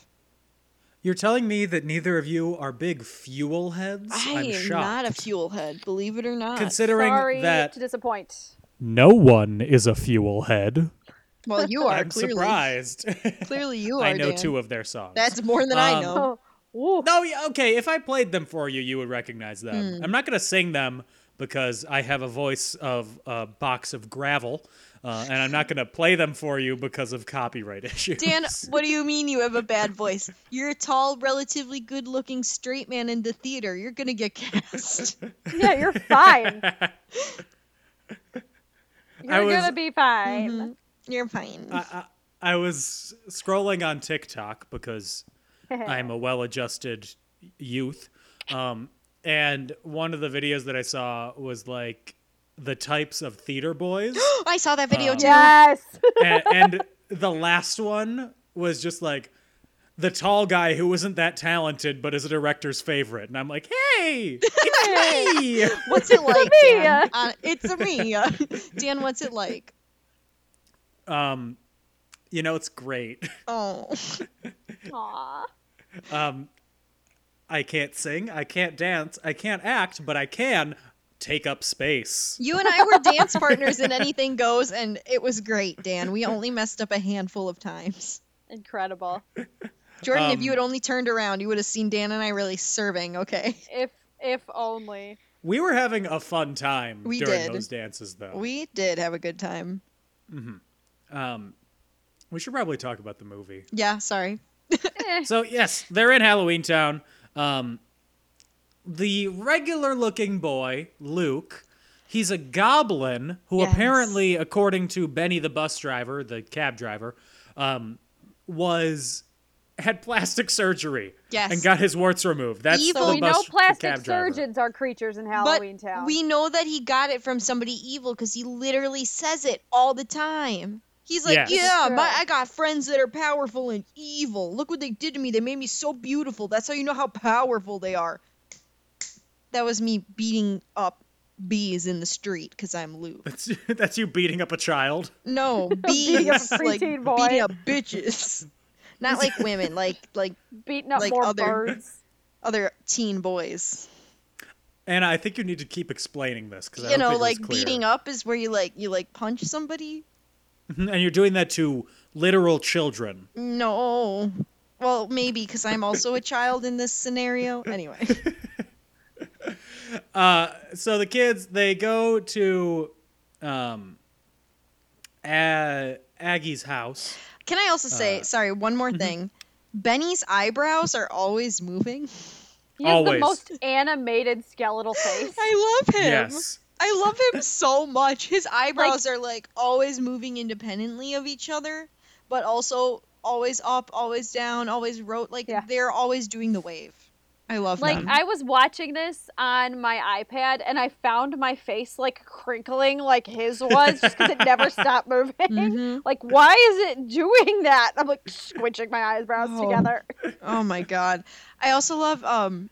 F: You're telling me that neither of you are big fuel heads?
G: I
F: I'm
G: am
F: shocked.
G: not a fuel head, believe it or not.
F: Considering
H: Sorry
F: that
H: to disappoint.
F: no one is a fuel head,
G: well, you are
F: I'm
G: clearly.
F: surprised.
G: Clearly, you are.
F: I know
G: Dan.
F: two of their songs.
G: That's more than I
F: Um,
G: know.
H: Oh, ooh.
F: no, yeah, okay. If I played them for you, you would recognize them. I'm not gonna sing them because I have a voice of a box of gravel, uh, and I'm not gonna play them for you because of copyright issues.
G: Dan, what do you mean you have a bad voice? You're a tall, relatively good-looking straight man in the theater. You're gonna get cast.
H: Yeah, you're fine.
F: I
H: You're
F: was-
H: gonna be fine.
G: Mm-hmm. You're fine.
F: I, I I was scrolling on TikTok because I'm a well adjusted youth. Um, and one of the videos that I saw was like the types of theater boys.
G: Oh, I saw that
F: Um,
G: video too.
H: Yes.
F: and, and the last one was just like the tall guy who isn't that talented but is a director's favorite. And I'm like, hey, it's me.
G: What's it like,
H: me.
G: Dan? Uh, it's a me. Dan, what's it like?
F: um, You know, it's great.
G: Oh.
H: Aw.
F: I can't sing, I can't dance, I can't act, but I can take up space.
G: You and I were dance partners in Anything Goes, and it was great, Dan. We only messed up a handful of times.
H: Incredible.
G: Jordan, if
F: Um,
G: you had only turned around, you would have seen Dan and I really serving, okay?
H: If if only.
F: We were having a fun time
G: We
F: during
G: did.
F: those dances, though.
G: We did have a good time.
F: we should probably talk about the movie.
G: Yeah, sorry.
F: So yes, they're in Halloween Town. Um, the regular-looking boy, Luke, he's a goblin who
G: Yes.
F: apparently, according to Benny the bus driver, the cab driver, um, was had plastic surgery
G: Yes.
F: and got his warts removed. That's the
G: Evil.
H: So
G: Well,
H: we
F: bus
H: know plastic
F: cab driver.
H: surgeons are creatures in Halloween
G: but
H: Town.
G: we know that he got it from somebody evil because he literally says it all the time. He's like,
F: Yes. This is
G: yeah,
H: true.
G: my, I got friends that are powerful and evil. Look what they did to me. They made me so beautiful. That's how you know how powerful they are. That was me beating up bees in the street because I'm Luke.
F: That's, that's you beating up a child.
G: No, bees
H: Beating up a
G: like
H: preteen boy.
G: beating up bitches, not like women, like like
H: Beating up
G: like
H: more
G: other-
H: birds.
G: other teen boys.
F: And I think you need to keep explaining this because
G: You know, like beating up is where you like you like punch somebody.
F: and you're doing that to literal children.
G: No. Well, maybe because I'm also a child in this scenario. Anyway,
F: so the kids they go to um A- Aggie's house.
G: can I also say, sorry, one more thing. Benny's eyebrows are always moving.
H: He has the
F: Always.
H: most animated skeletal face.
G: I love him.
F: Yes.
G: I love him so much. His eyebrows are like always moving independently of each other, but also always up, always down, always wrote. Like
H: Yeah.
G: they're always doing the wave. I love
H: Like
G: them.
H: I was watching this on my iPad and I found my face like crinkling like his was just because it never stopped moving. Like why is it doing that? I'm like squinching my eyebrows
G: Oh.
H: together.
G: Oh my god. I also love um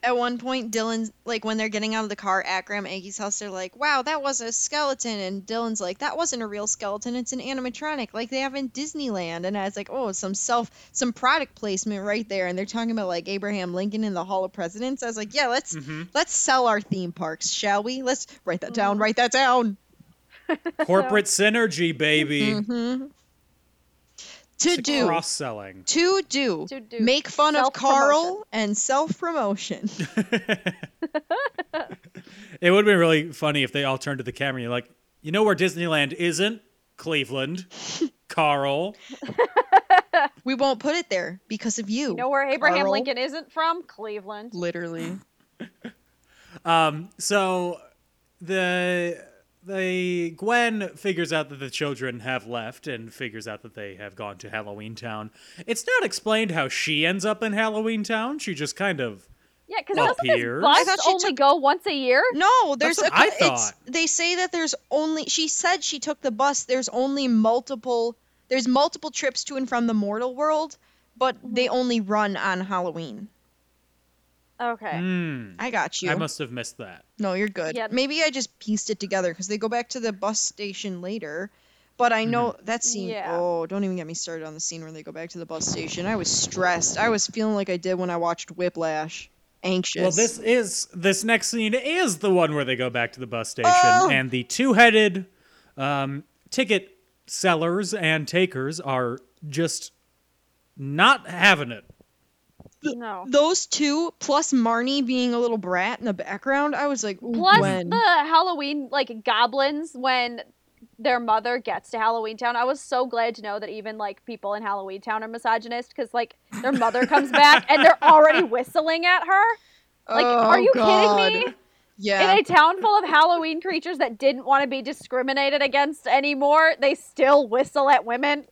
G: at one point Dylan's like when they're getting out of the car at Graham Aggie's house, they're like, Wow, that was a skeleton and Dylan's like, That wasn't a real skeleton, it's an animatronic like they have in Disneyland and I was like, Oh, some self some product placement right there and they're talking about like Abraham Lincoln in the Hall of Presidents. I was like, Yeah, let's let's sell our theme parks, shall we? Let's write that
H: Mm-hmm.
G: down, write that down.
F: Corporate synergy, baby.
G: To do
F: Cross selling.
G: to do,
H: To do.
G: make fun of Carl
H: Self-promotion.
G: and self promotion.
F: It would have been really funny if they all turned to the camera and you're like, you know where Disneyland isn't? Cleveland. Carl.
G: We won't put it there because of you.
H: You know where Abraham
G: Carl.
H: Lincoln isn't from? Cleveland.
G: Literally.
F: So the the Gwen figures out that the children have left and figures out that they have gone to Halloween Town. It's not explained how she ends up in Halloween Town. She just kind of
H: Yeah, because
F: Well,
H: doesn't
F: Pierce.
H: this
F: I
H: bus
G: thought she
H: only
G: took-
H: go once a year?
G: No, there's
F: what
G: a.
F: I
G: it's-
F: thought.
G: they say that there's only. She said she took the bus. There's only multiple. There's multiple trips to and from the mortal world, but they only run on Halloween.
H: Okay.
G: I got you.
F: Hmm. I must have missed that.
G: No, you're good.
H: Yeah.
G: Maybe I just pieced it together because they go back to the bus station later. But
F: Mm-hmm.
G: I know that scene.
H: Yeah.
G: Oh, don't even get me started on the scene where they go back to the bus station. I was stressed. I was feeling like I did when I watched Whiplash. Anxious.
F: Well, this is this next scene is the one where they go back to the bus station
G: Oh!
F: and the two-headed um, ticket sellers and takers are just not having it.
H: No.
G: those two plus Marnie being a little brat in the background, I was like, ooh,
H: Plus
G: when?
H: the Halloween like goblins when their mother gets to Halloween Town. I was so glad to know that even like people in Halloween Town are misogynist because like their mother comes back and they're already whistling at her. Like, are
G: Oh,
H: you
G: God.
H: kidding me?
G: yeah,
H: In a town full of Halloween creatures that didn't want to be discriminated against anymore, they still whistle at women.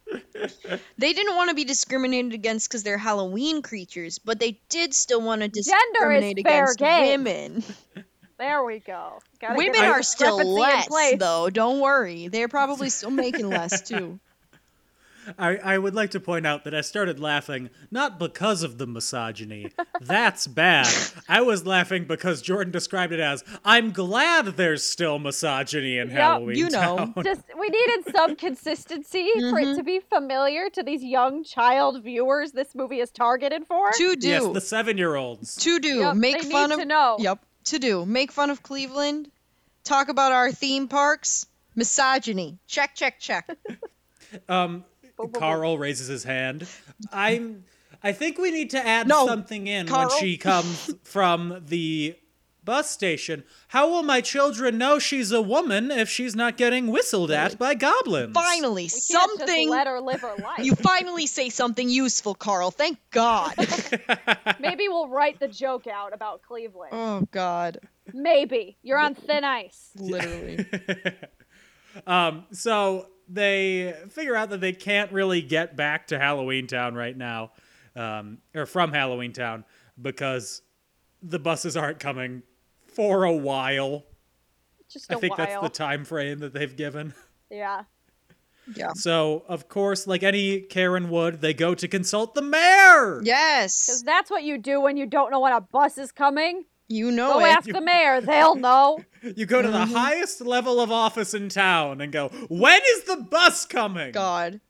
G: they didn't want to be discriminated against because they're Halloween creatures, but they did still want to
H: is
G: discriminate
H: fair
G: against
H: game.
G: women.
H: There we go. Gotta get
G: women
H: the
G: are still
H: discrepancy in
G: less,
H: place.
G: though. Don't worry, they're probably still making less too.
F: I, I would like to point out that I started laughing not because of the misogyny. That's bad. I was laughing because Jordan described it as I'm glad there's still misogyny in
H: Yep,
F: Halloween.
G: you know.
F: Town."
H: Just we needed some consistency for
F: Mm-hmm.
H: it to be familiar to these young child viewers this movie is targeted for.
G: To do.
F: Yes, the seven year olds.
G: to do.
H: Yep,
G: make
H: they
G: fun
H: need
G: of.
H: to know.
G: Yep. To do. Make fun of Cleveland. Talk about our theme parks. Misogyny. Check, check, check.
F: Carl raises his hand. I'm I think we need to add
G: No,
F: something in
G: Carl.
F: when she comes from the bus station. How will my children know she's a woman if she's not getting whistled at by goblins?
G: Finally,
H: We can't
G: something.
H: Just let her live her life.
G: You finally say something useful, Carl. Thank God.
H: Maybe we'll write the joke out about Cleveland.
F: Mm.
G: oh God.
H: Maybe you're on thin ice.
G: Literally.
F: So they figure out that they can't really get back to Halloween Town right now, um, or from Halloween Town, because the buses aren't coming for a while.
H: Just
F: I
H: a
F: think
H: while.
F: that's the time frame that they've given.
H: yeah.
G: Yeah.
F: So, of course, like any Karen would, they go to consult the mayor.
H: Because
G: Yes.
H: that's what you do when you don't know when a bus is coming.
G: You
F: Oh,
G: know
H: Go
G: it.
H: ask the mayor. They'll know.
F: You go to the
G: Mm-hmm.
F: highest level of office in town and go, "When is the bus coming?"
G: God.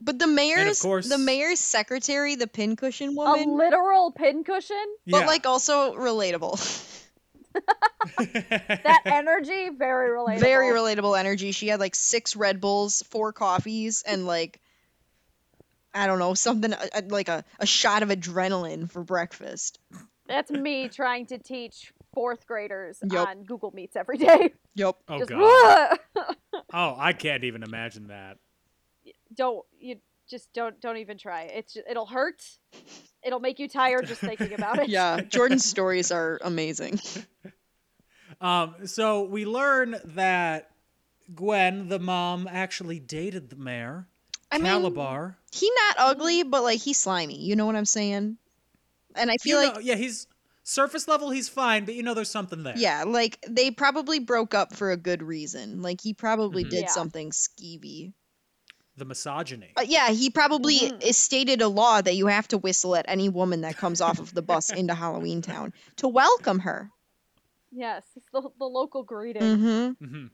G: But the
F: And
G: mayor's
F: of course-
G: the mayor's secretary, the pincushion
H: A
G: woman,
H: literal pincushion.
G: but
F: Yeah.
G: like also relatable.
H: That energy, very relatable.
G: Very relatable energy. She had like six Red Bulls, four coffees, and like I don't know something uh, uh, like a, a shot of adrenaline for breakfast.
H: That's me trying to teach fourth graders
G: Yep.
H: on Google Meets every day.
G: Yep.
F: Oh
H: Just
F: god. Oh, I can't even imagine that.
H: don't you just don't don't even try. It's ju- it'll hurt. It'll make you tired just thinking about it.
G: Yeah, Jordan's stories are amazing.
F: Um, so we learn that Gwen, the mom, actually dated the mayor,
G: I mean,
F: Calabar.
G: he not ugly, but like he's slimy. You know what I'm saying? And I
F: you
G: feel like
F: know, yeah, he's surface level, he's fine, but you know, there's something there.
G: yeah, like they probably broke up for a good reason. Like he probably did
H: Yeah.
G: something skeevy.
F: the misogyny.
G: Uh, yeah, he probably is stated a law that you have to whistle at any woman that comes off of the bus into Halloween Town to welcome her.
H: Yes, it's the, the local greeting.
G: hmm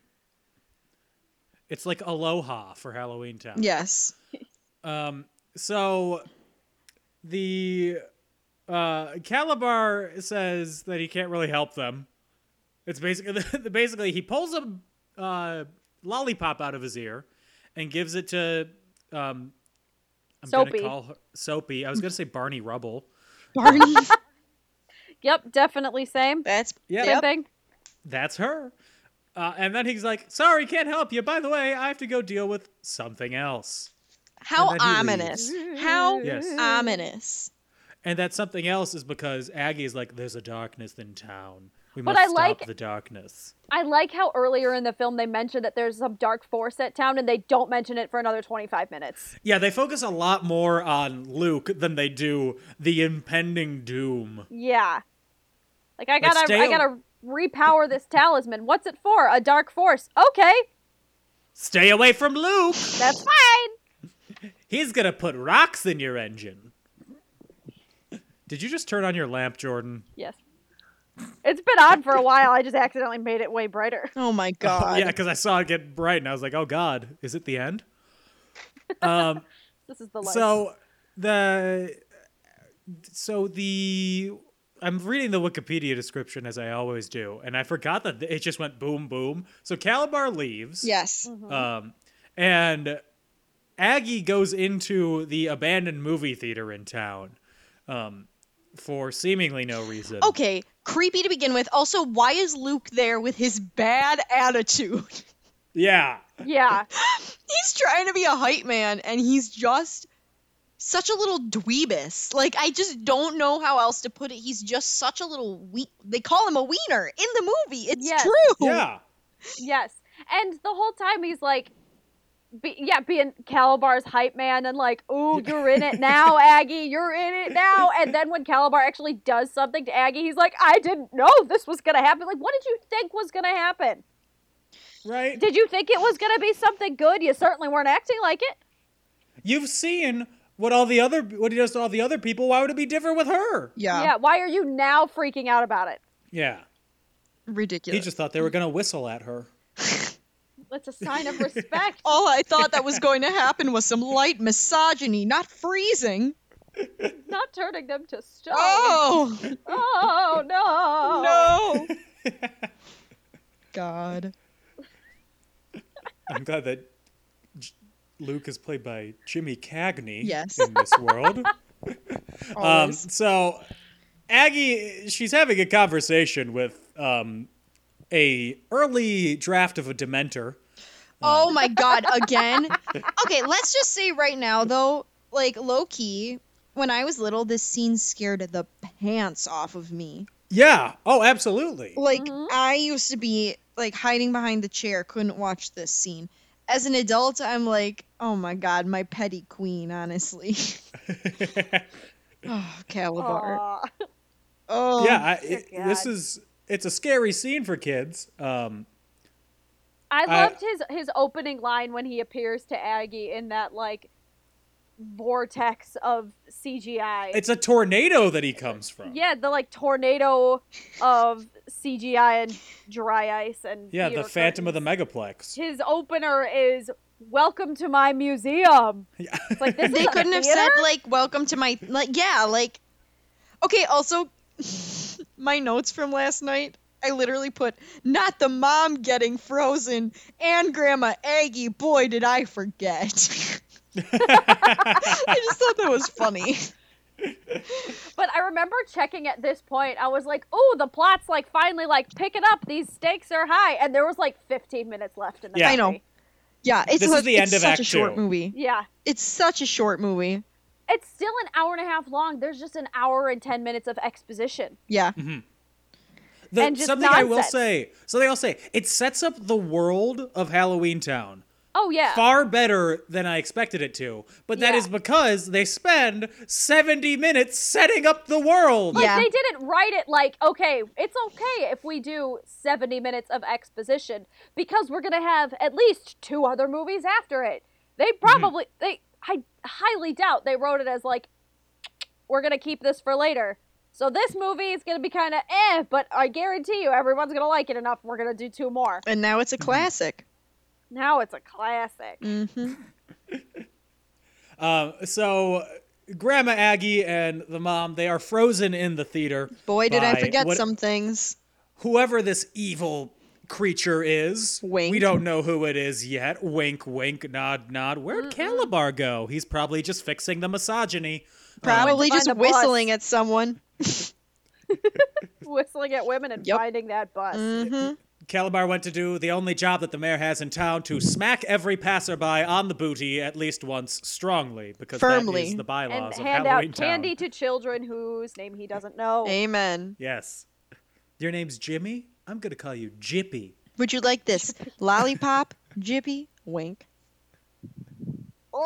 F: It's like Aloha for Halloween Town.
G: Yes.
F: Um, so the uh, Calabar says that he can't really help them. It's basically basically he pulls a uh, lollipop out of his ear and gives it to um, I'm
H: Soapy.
F: gonna call her Soapy. I was gonna say Barney Rubble.
G: Barney.
H: Yep, definitely same.
G: That's
F: Yeah.
H: Same
G: yep.
H: thing.
F: That's her. Uh, and then he's like, "Sorry, can't help you. By the way, I have to go deal with something else."
G: How
F: And then he
G: ominous. How uh,
F: Yes.
G: ominous.
F: And that something else is because Aggie is like, "There's a darkness in town. We
H: But
F: must
H: I
F: stop
H: like-
F: the darkness."
H: I like how earlier in the film they mentioned that there's some dark force at town and they don't mention it for another 25 minutes.
F: Yeah, they focus a lot more on Luke than they do the impending doom.
H: Yeah. Like I
F: Like,
H: got to
F: stay
H: I
F: al-
H: got to repower this talisman. What's it for? A dark force. Okay.
F: Stay away from Luke.
H: That's fine.
F: He's going to put rocks in your engine. Did you just turn on your lamp, Jordan?
H: Yes. It's been on for a while. I just accidentally made it way brighter.
G: Oh my god.
F: Yeah, because I saw it get bright and I was like, oh, God, is it the end? Um,
H: This is the light.
F: So the so the I'm reading the Wikipedia description as I always do, and I forgot that it just went boom boom. So Calabar leaves.
G: Yes.
F: Um, and Aggie goes into the abandoned movie theater in town um, for seemingly no reason.
G: Okay, creepy to begin with. Also, why is Luke there with his bad attitude?
F: Yeah.
H: yeah.
G: he's trying to be a hype man and he's just such a little dweebus. Like I just don't know how else to put it. He's just such a little we they call him a wiener in the movie. It's
H: Yes.
G: true.
F: Yeah.
H: Yes. And the whole time he's like, be, yeah, being Calabar's hype man and like, ooh, you're in it now, Aggie. You're in it now. And then when Calabar actually does something to Aggie, he's like, I didn't know this was going to happen. Like, what did you think was going to happen?
F: right?
H: Did you think it was going to be something good? You certainly weren't acting like it.
F: You've seen what all the other what he does to all the other people. Why would it be different with her?
G: Yeah.
H: yeah, why are you now freaking out about it?
F: Yeah, he
G: Ridiculous.
F: just thought they were gonna whistle at her.
H: It's a sign of respect.
G: All I thought that was going to happen was some light misogyny, not freezing.
H: Not turning them to stone.
G: Oh,
H: Oh, no.
G: no. God.
F: I'm glad that J- Luke is played by Jimmy Cagney.
G: Yes.
F: in this world. um,
G: Always.
F: so Aggie, she's having a conversation with um, a early draft of a Dementor.
G: Oh my god, again? okay, let's just say right now though, like low key, when I was little, this scene scared the pants off of me.
F: Yeah. Oh, absolutely.
G: Like I used to be like hiding behind the chair, couldn't watch this scene. As an adult, I'm like, oh my god, my petty queen, honestly. oh, Calabar.
H: Aw.
G: Oh.
F: yeah. I, it-
H: God.
F: this is it's a scary scene for kids. Um,
H: I
F: I-
H: loved his his opening line when he appears to Aggie in that like vortex of CGI.
F: it's a tornado that he comes from.
H: yeah, the like tornado of CGI and dry ice and
F: Yeah, the
H: theater
F: Phantom of the
H: curtains.
F: Megaplex.
H: His opener is "Welcome to my museum." It's like this
G: They
H: is a
G: couldn't have
H: theater?
G: said like welcome to my like yeah, like Okay, also my notes from last night, I literally put not the mom getting frozen and grandma Aggie, boy did I forget. I just thought that was funny.
H: But I remember checking at this point. I was like, "Oh, the plot's like finally like picking up. These stakes are high." And there was like 15 minutes left in the
F: Yeah.
G: I know.
H: movie.
G: Yeah, it's,
F: This
G: such-
F: is the end
G: it's
F: of
G: such
F: Act
G: a short
F: Two.
G: movie.
H: Yeah.
G: It's such a short movie.
H: It's still an hour and a half long. There's just an hour and 10 minutes of exposition.
G: Yeah.
F: Mm-hmm. The-
H: and just
F: something I will
H: nonsense.
F: say. Something I'll say. It sets up the world of Halloween Town.
H: Oh, yeah.
F: far better than I expected it to. But that
H: Yeah.
F: is because they spend 70 minutes setting up the world.
G: Yeah.
H: They didn't write it like, okay, it's okay if we do 70 minutes of exposition because we're going to have at least two other movies after it. They probably, they, I highly doubt they wrote it as like, we're going to keep this for later. So this movie is going to be kind of eh, but I guarantee you everyone's going to like it enough and we're going to do two more.
G: And now it's a
F: Mm-hmm.
G: classic.
H: Now it's a classic.
G: Mm,
F: Um, so Grandma Aggie and the mom, they are frozen in the theater.
G: Boy did I
F: by
G: forget
F: what-
G: some things.
F: Whoever this evil creature is.
G: Wink.
F: We don't know who it is yet. Wink, wink, nod, nod. Where'd Calabar go? He's probably just fixing the misogyny.
G: Probably
H: find
G: just
H: a bus.
G: whistling at someone.
H: Whistling at women and
G: Yep.
H: finding that bus.
G: Mm-hmm.
F: Calabar went to do the only job that the mayor has in town to smack every passerby on the booty at least once strongly because
G: Firmly.
F: that is the
H: and
F: bylaws of
H: hand
F: Halloween
H: out
F: Town.
H: candy to children whose name he doesn't know.
G: Amen.
F: Yes. Your name's Jimmy? I'm going to call you Jippy.
G: Would you like this? Lollipop, jippy, wink.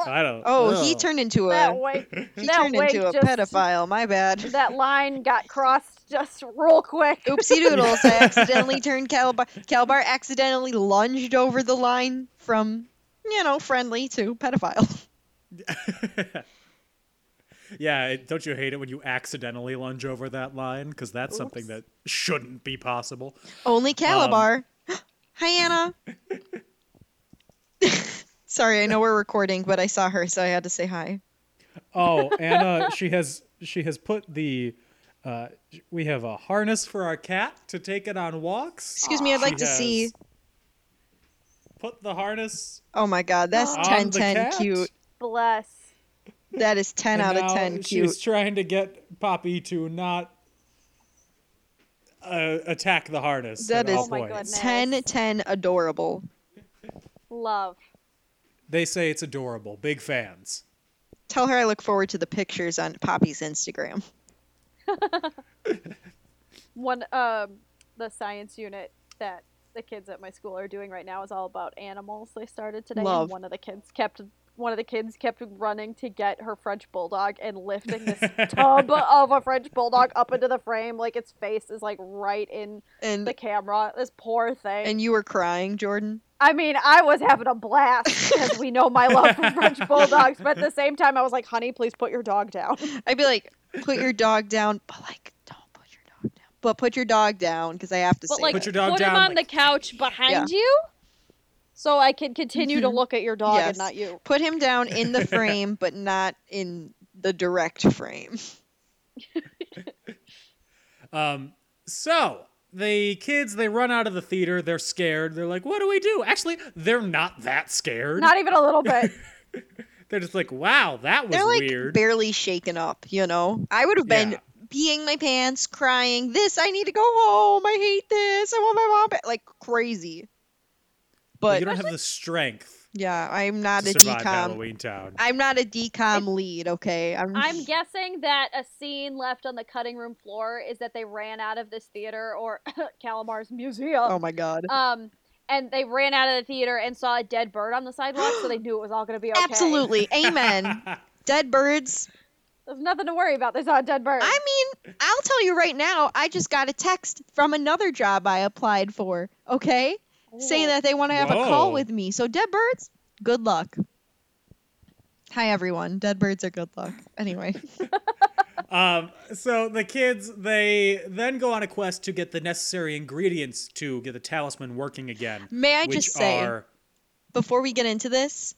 F: I don't
G: Oh, he
F: Ugh.
G: turned into
H: That
G: a
H: way,
G: he
H: that
G: turned
H: way
G: into a
H: just-
G: pedophile. My bad.
H: that line got crossed just real quick.
G: Oopsie doodles. I accidentally turned Calabar. Calabar accidentally lunged over the line from, you know, friendly to pedophile.
F: Yeah, it- don't you hate it when you accidentally lunge over that line? Because that's something that shouldn't be possible.
G: Only Calabar.
F: Um.
G: Hi, Anna. Sorry, I know we're recording, but I saw her, so I had to say hi.
F: Oh, Anna, she has she has put the. Uh, we have a harness for our cat to take it on walks.
G: Excuse me, I'd like
F: She
G: to see.
F: has Put the harness
G: Oh my god, that's
F: on
G: 10
F: the
G: 10
F: cat.
G: cute.
H: Bless.
G: That is 10 out
F: And
G: of
F: now
G: 10 cute.
F: She's trying to get Poppy to not uh, attack the harness.
G: That
F: at all
G: is- Oh
H: my
F: points.
H: goodness.
G: 10 10 adorable.
H: Love.
F: They say it's adorable. Big fans.
G: Tell her I look forward to the pictures on Poppy's Instagram.
H: One um the science unit that the kids at my school are doing right now is all about animals they started today
G: Love.
H: and one of the kids kept one of the kids kept running to get her French bulldog and lifting this tub of a French bulldog up into the frame like its face is like right in
G: And
H: the camera. This poor thing.
G: and you were crying, Jordan.
H: I mean, I was having a blast because we know my love for French bulldogs, but at the same time, I was like, honey, please put your dog down.
G: I'd be like, put your dog down, but like, don't put your dog down. But put your dog down because I have to
H: But
G: say
H: like,
F: Put your dog
H: him
F: down,
H: on
F: like-
H: the couch behind you, so I can continue to look at your dog
G: Mm-hmm. Yes.
H: and not you.
G: put him down in the frame, but not in the direct frame.
F: Um, so the kids they run out of the theater. They're scared. They're like, "What do we do?" Actually, they're not that scared.
H: Not even a little bit.
F: they're just like, "Wow, that was
G: They're like
F: weird."
G: barely shaken up, you know? I would have been
F: Yeah.
G: peeing my pants, crying, this, I need to go home, I hate this, I want my mom back, like crazy.
F: But
G: But
F: you don't have the strength
G: yeah, I'm not
F: to
G: a
F: survive
G: decom.
F: Halloween Town.
G: I'm not a decom lead, okay? I'm,
H: I'm guessing that a scene left on the cutting room floor is that they ran out of this theater or Calamar's museum.
G: Oh my god.
H: Um, and they ran out of the theater and saw a dead bird on the sidewalk, so they knew it was all going to be okay.
G: Absolutely. Amen. Dead birds.
H: There's nothing to worry about. They saw a dead bird.
G: I mean, I'll tell you right now, I just got a text from another job I applied for, okay? Saying that they want to have a
F: Whoa.
G: call with me. So, dead birds, good luck. Hi, everyone. Dead birds are good luck. Anyway,
F: Um, so the kids they then go on a quest to get the necessary ingredients to get the talisman working again.
G: may I
F: which
G: just say,
F: are
G: before we get into this,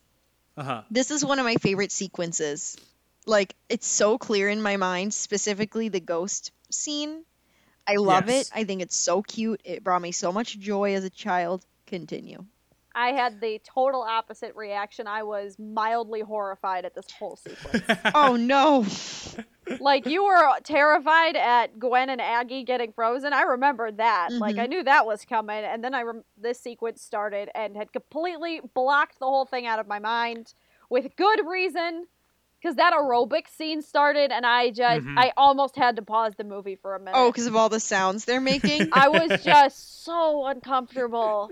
F: uh-huh.
G: this is one of my favorite sequences. Like, it's so clear in my mind, specifically the ghost scene. I love
F: Yes.
G: it. I think it's so cute. It brought me so much joy as a child. Continue.
H: I had the total opposite reaction. I was mildly horrified at this whole sequence.
G: oh, no.
H: like you were terrified at Gwen and Aggie getting frozen. I remembered that. Like
G: Mm-hmm.
H: I knew that was coming, and then I rem- this sequence started and had completely blocked the whole thing out of my mind with good reason. Because that aerobic scene started, and I just,
G: Mm-hmm.
H: I almost had to pause the movie for a minute.
G: Oh, because of all the sounds they're making?
H: I was just so uncomfortable.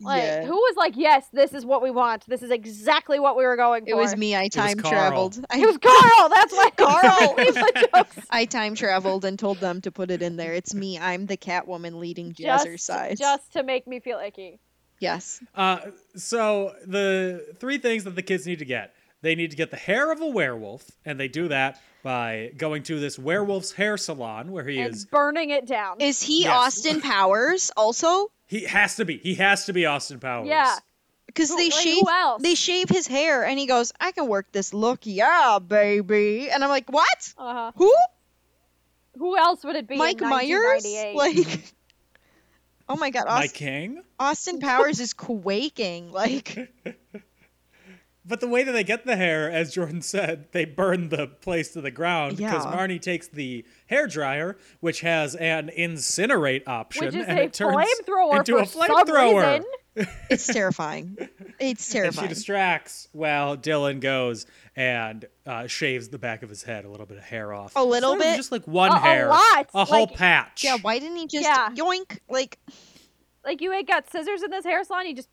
H: Like,
G: Yeah.
H: who was like, yes, this is what we want. This is exactly what we were going for.
G: it was me. I
F: was
G: time
F: Carl.
G: traveled.
H: It was
G: I,
H: Carl. That's why Carl. Leave the jokes.
G: I time traveled and told them to put it in there. It's me. I'm the Catwoman leading Jazzercise.
H: Just, just to make me feel icky.
G: yes.
F: Uh, so the three things that the kids need to get they need to get the hair of a werewolf, and they do that by going to this werewolf's hair salon where he
H: and
F: is.
H: burning it down.
G: Is he
F: Yes.
G: Austin Powers also?
F: He has to be. He has to be Austin Powers.
H: Yeah.
G: Because
H: Who-
G: they
H: like, who
G: shave
H: else?
G: they shave his hair and he goes, I can work this look, yeah, baby. And I'm like, What?
H: uh-huh.
G: Who?
H: Who else would it be?
G: Mike
H: in
G: Myers?
H: 1998?
G: Like Oh my god,
F: My
G: Aust-
F: king.
G: Austin Powers is quaking. Like
F: But the way that they get the hair, as Jordan said, they burn the place to the ground because
G: Yeah.
F: Marnie takes the hair dryer, which has an incinerate option,
H: Which is
F: and
H: a
F: it turns
H: flamethrower
F: into
H: for
F: a
H: some
F: flamethrower.
H: reason.
G: it's terrifying. It's
F: And she
G: terrifying.
F: distracts while Dylan goes and uh, shaves the back of his head, a little bit of hair off.
G: A little
F: Instead of
G: bit?
F: just like one
H: A- a
F: hair,
H: lot,
F: a whole
H: like-
F: patch.
G: Yeah, why didn't he just
H: Yeah.
G: yoink? Like,
H: Like you ain't got scissors in this hair salon. You just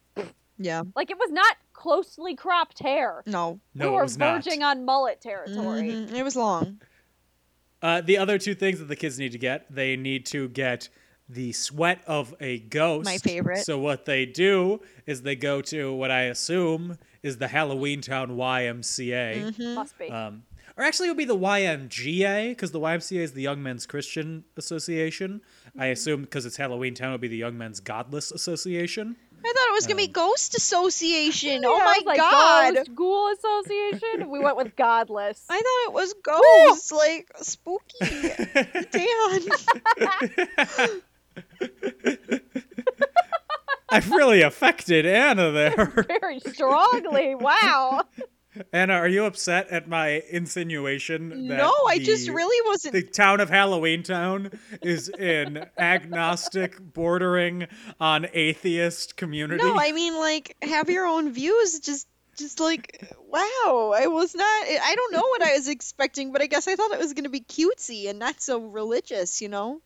G: yeah,
H: like it was not closely cropped hair.
G: no,
F: no,
H: we
F: it
H: were
F: was not.
H: verging on mullet territory.
G: Mhm, it was long.
F: Uh, the other two things that the kids need to get, they need to get the sweat of a ghost.
G: My favorite.
F: So what they do is they go to what I assume is the Halloween Town YMCA,
G: Mm-hmm.
H: Must be.
F: um, or actually it would be the YMGA because the YMCA is the Young Men's Christian Association.
G: Mm-hmm.
F: I assume because it's Halloween Town, it would be the Young Men's Godless Association.
G: I thought it was gonna be
F: Um.
G: Ghost Association. oh
H: Yeah, I
G: my
H: was like,
G: god!
H: Ghost Ghoul Association. We went with godless.
G: I thought it was ghosts, like spooky. Damn.
F: I've really affected Anna there.
H: Very strongly. Wow.
F: Anna, are you upset at my insinuation? That
G: no, I just
F: the-
G: really wasn't.
F: the town of Halloween Town is an agnostic, bordering on atheist community.
G: No, I mean like have your own views. Just, just like wow. I was not. I don't know what I was expecting, but I guess I thought it was gonna be cutesy and not so religious. You know.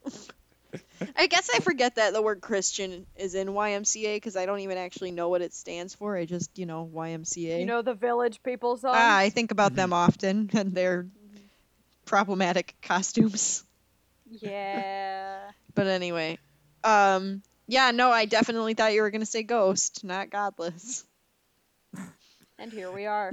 G: I guess I forget that the word Christian is in YMCA because I don't even actually know what it stands for. I just, you know, YMCA.
H: You know um, the village people song.
G: ah, I think about them often and their problematic costumes.
H: Yeah.
G: But anyway, um, Yeah, no, I definitely thought you were going to say ghost, not godless.
H: And here we are.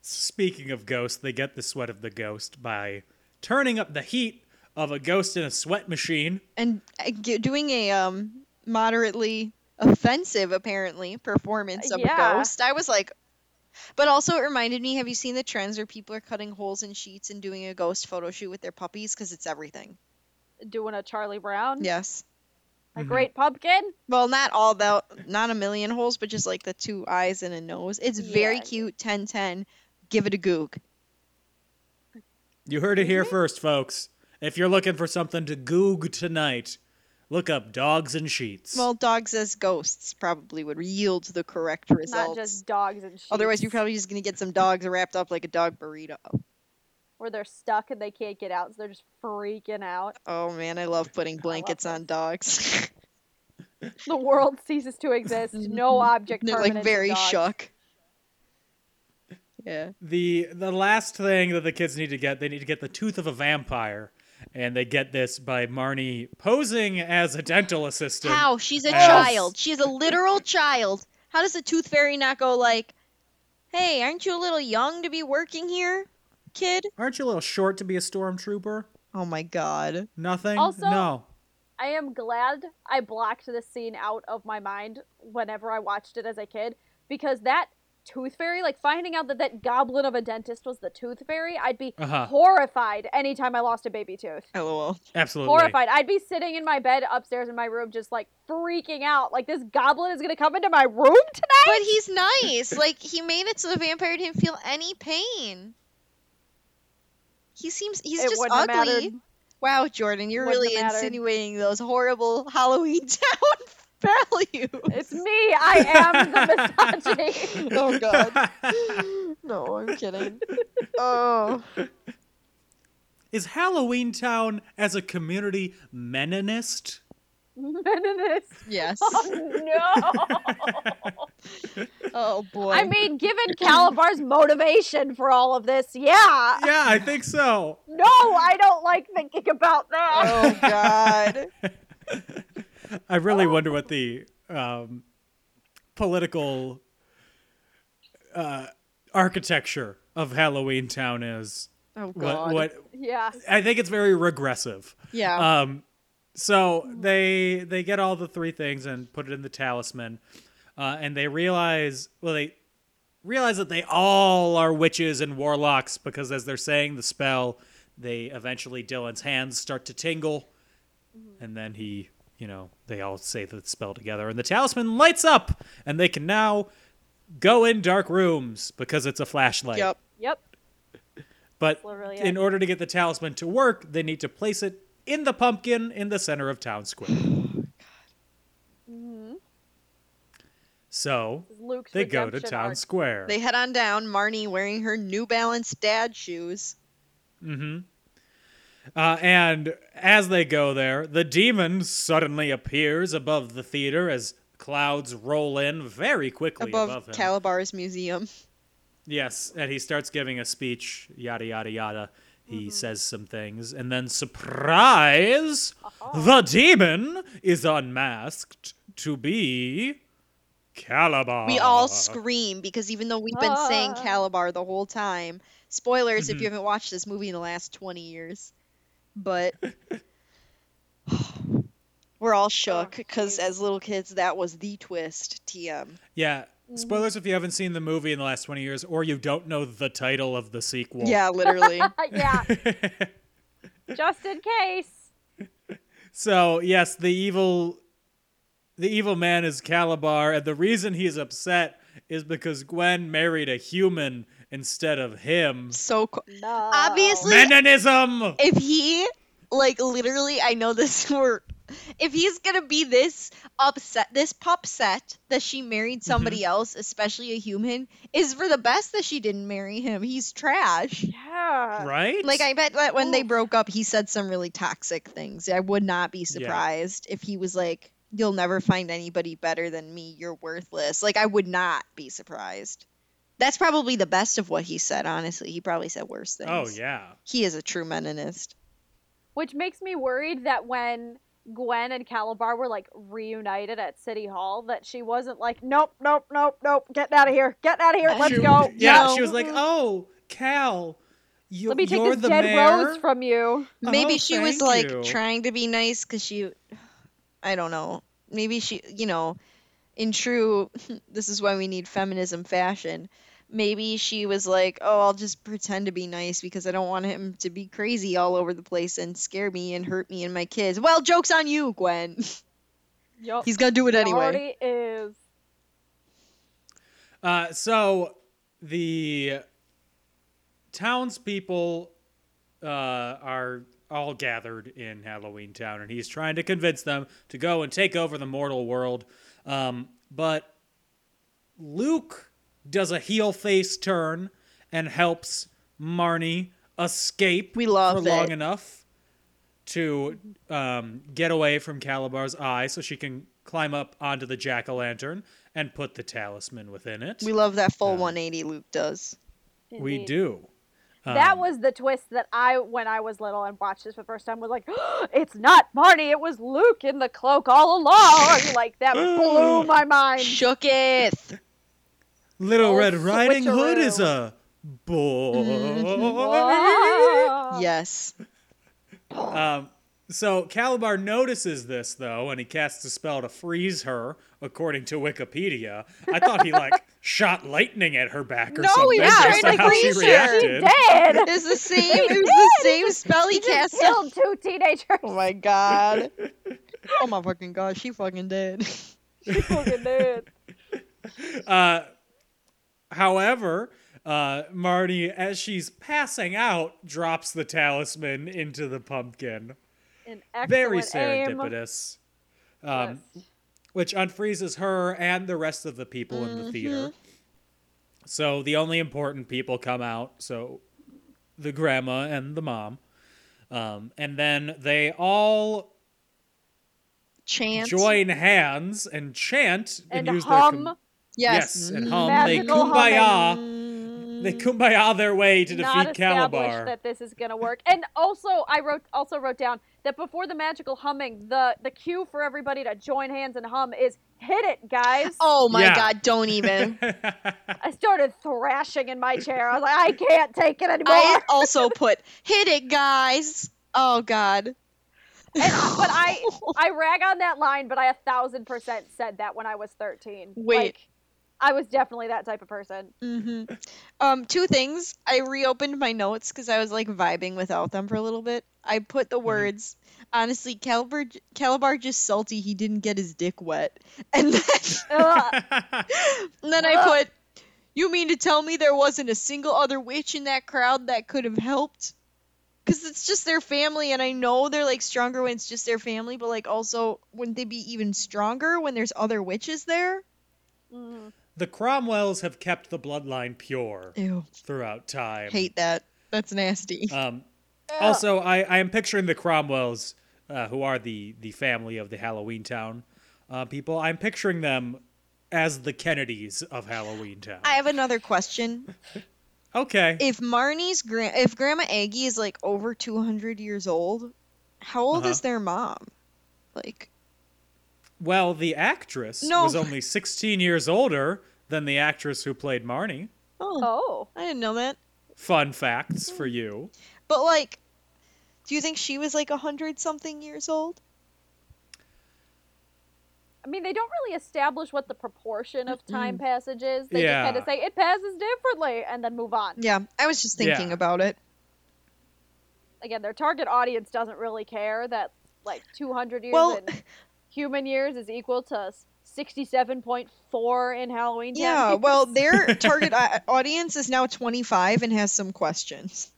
F: Speaking of ghosts, they get the sweat of the ghost by turning up the heat of a ghost in a sweat machine.
G: And uh, g- doing a um moderately offensive apparently performance of
H: Yeah.
G: a ghost. I was like but also it reminded me have you seen the trends where people are cutting holes in sheets and doing a ghost photo shoot with their puppies cuz it's everything.
H: Doing a Charlie Brown.
G: Yes.
H: A great pumpkin.
G: Well, not all the not a million holes, but just like the two eyes and a nose. It's very
H: Yeah.
G: cute. Ten ten. Give it a goog.
F: You heard it
G: Mm-hmm.
F: here first, folks. If you're looking for something to goog tonight, look up dogs and sheets.
G: Well, dogs as ghosts probably would yield the correct results.
H: Not just dogs and sheep.
G: Otherwise, you're probably just gonna get some dogs wrapped up like a dog burrito.
H: Where they're stuck and they can't get out, so they're just freaking out.
G: Oh man, I love putting blankets on dogs.
H: The world ceases to exist. No object
G: They're
H: permanent
G: like
H: to
G: very
H: dogs.
G: shook. Yeah.
F: the the last thing that the kids need to get, they need to get the tooth of a vampire. And they get this by Marnie posing as a dental assistant.
G: How? She's a
F: Yes.
G: child. She's a literal child. How does the tooth fairy not go like, "Hey, aren't you a little young to be working here, kid?"
F: Aren't you a little short to be a stormtrooper?
G: Oh my god.
F: Nothing?
H: Also-
F: no.
H: I am glad I blocked this scene out of my mind whenever I watched it as a kid because that tooth fairy, like finding out that that goblin of a dentist was the tooth fairy, I'd be
F: Uh-huh.
H: horrified anytime I lost a baby tooth.
G: LOL.
F: Absolutely.
H: Horrified. I'd be sitting in my bed upstairs in my room just like freaking out. Like this goblin is gonna come into my room tonight.
G: But he's nice. Like he made it so the vampire didn't feel any pain. He seems he's
H: It
G: just
H: wouldn't have
G: ugly.
H: mattered.
G: Wow, Jordan, you're
H: Wouldn't
G: really
H: have mattered.
G: insinuating those horrible Halloween town values.
H: It's me. I am the misogyny.
G: Oh god. no, I'm kidding. Oh.
F: Is Halloween Town as a community meninist?
H: Meninist.
G: Yes.
H: no.
G: Oh boy.
H: I mean, given Calabar's motivation for all of this, yeah.
F: Yeah, I think so.
H: No, I don't like thinking about that.
G: Oh god.
F: I
G: Oh.
F: really wonder what the um, political uh, architecture of Halloween Town is.
G: Oh god.
F: What, what
H: Yeah.
F: I think it's very regressive.
G: Yeah.
F: Um, so they they get all the three things and put it in the talisman, uh, and they realize well they realize that they all are witches and warlocks because as they're saying the spell, they eventually Dylan's hands start to tingle, and then he you know they all say the spell together and the talisman lights up and they can now go in dark rooms because it's a flashlight.
G: yep.
H: Yep.
F: But
H: Literally
F: in
H: it.
F: order to get the talisman to work, they need to place it in the pumpkin in the center of town square. So
H: Luke's
F: they go to
H: redemption
F: town
H: arc.
F: square.
G: They head on down, Marnie wearing her New Balance dad shoes.
F: Uh, and as they go there, the demon suddenly appears above the theater as clouds roll in very quickly above,
G: Above,
F: him.
G: Calabar's museum.
F: yes, and he starts giving a speech, yada, yada, yada.
G: Mm-hmm.
F: He says some things, and then surprise,
G: Uh-huh.
F: the demon is unmasked to be Calabar.
G: We all scream because even though we've been saying Calabar the whole time, spoilers if you haven't watched this movie in the last 20 years, but we're all shook because as little kids, that was the twist. TM.
F: Yeah.
G: Mm-hmm.
F: Spoilers if you haven't seen the movie in the last 20 years or you don't know the title of the sequel.
G: Yeah, literally.
H: Uh, yeah. Just in case.
F: So, yes, the evil the evil man is Calabar and the reason he's upset is because Gwen married a human instead of him.
G: so co-
H: No.
G: obviously,
F: Meninism.
G: if he like literally i know this were if he's gonna be this upset this pop set that she married somebody else especially a human is for the best that she didn't marry him he's trash
H: Yeah.
F: Right?
G: like i bet that when they broke up he said some really toxic things i would not be surprised if he was like you'll never find anybody better than me you're worthless like i would not be surprised that's probably the best of what he said honestly he probably said worse things
F: Oh yeah.
G: he is a true meninist
H: Which makes me worried that when Gwen and Calabar were like reunited at City Hall that she wasn't like, nope, nope, nope, nope, getting out of here, getting out of here, let's
F: She-
H: go.
F: Yeah,
H: no.
F: she was like, "Oh, Cal, you,
H: Let me take
F: you're
H: this
F: the
H: dead
F: mayor."
H: rose from you.
G: Maybe
F: Oh,
G: she was
F: thank
G: like
F: you.
G: trying to be nice because she, I don't know. Maybe she, you know, in true, this is why we need feminism fashion. Maybe she was like, oh, I'll just pretend to be nice because I don't want him to be crazy all over the place and scare me and hurt me and my kids. Well, joke's on you, Gwen.
H: Yup.
G: He's gonna do it
H: It
G: anyway.
H: already is.
F: Uh, so the townspeople uh, are all gathered in Halloween Town, and he's trying to convince them to go and take over the mortal world. Um, but Luke does a heel face turn and helps Marnie escape
G: We love
F: for long
G: it.
F: enough to um, get away from Calabar's eye so she can climb up onto the jack o' lantern and put the talisman within it.
G: We love that full 180 Luke does.
F: We
H: Indeed.
F: do. Um.
H: that was the twist that I, when I was little and watched this for the first time, was like, it's not Marnie, it was Luke in the cloak all along. like, that blew my mind.
G: Shooketh.
F: Little
H: Oh,
F: Red Riding Hood
H: switcheroo.
F: is a
G: Mm-hmm.
F: boy.
H: Wow.
G: Yes.
F: Um, so Calabar notices this though, and he casts a spell to freeze her, according to Wikipedia. I thought he like shot lightning at her back or
G: No, he
F: something.
G: was
F: based
G: trying
F: on
G: to
F: how she
G: freeze her.
F: reacted.
H: Dead!
G: It's the same. It was the same spell he cast on
H: Killed two teenagers.
G: Oh my god. oh my fucking god, she fucking dead.
H: Fucking dead.
F: However, uh, Marty, as she's passing out, drops the talisman into the pumpkin.
H: An excellent
F: Very
H: aim.
F: serendipitous. Um, which unfreezes her and the rest of the people in the theater.
H: Mm-hmm.
F: So the only important people come out. So the grandma and the mom. Um, and then they all
G: Chance.
F: join hands and chant and,
H: and
F: use
H: hum.
F: their. com-
G: Yes.
F: and hum. They
H: Magical
F: kumbaya. They kumbaya their way to
H: Not
F: defeat
H: established
F: Calabar.
H: that this is gonna work. And also, I wrote also wrote down that before the magical humming, the the cue for everybody to join hands and hum is hit it, guys.
G: Oh my
F: Yeah.
G: god, don't even.
H: I started thrashing in my chair. I was like, I can't take it anymore.
G: I also put hit it guys. Oh god.
H: And- but I I rag on that line, but I a thousand percent said that when I was thirteen.
G: Wait. Mm.
H: Like, I was definitely that type of person.
G: Um two things. I reopened my notes cuz I was like vibing without them for a little bit. I put the words honestly Calabar Calabar just salty he didn't get his dick wet. And then
H: Ugh.
G: And then I put, You mean to tell me there wasn't a single other witch in that crowd that could have helped? Because it's just their family, and I know they're like stronger when it's just their family, but like also, wouldn't they be even stronger when there's other witches there?
F: the Cromwells have kept the bloodline pure
G: Ew.
F: throughout time.
G: Hate that. That's nasty.
F: Um, also, I, I am picturing the Cromwells, uh, who are the, the family of the Halloween Town uh, people. I'm picturing them as the Kennedys of Halloween Town.
G: I have another question.
F: okay.
G: If Marnie's grand, if Grandma Aggie is like over 200 years old, how old
F: Uh-huh.
G: is their mom? Like,
F: well, the actress
G: No.
F: was only 16 years older than the actress who played Marnie.
G: oh,
H: Oh,
G: I didn't know that.
F: Fun facts for you.
G: But like, do you think she was like 100 something years old?
H: I mean, they don't really establish what the proportion of time passage is. They
F: Yeah.
H: just kind of say it passes differently and then move on.
G: Yeah, I was just thinking
F: Yeah.
G: about it.
H: Again, their target audience doesn't really care that like 200 years
G: Well-
H: in human years is equal to 67.4 in Halloween. Town.
G: Yeah, well, their target au- audience is now 25 and has some questions.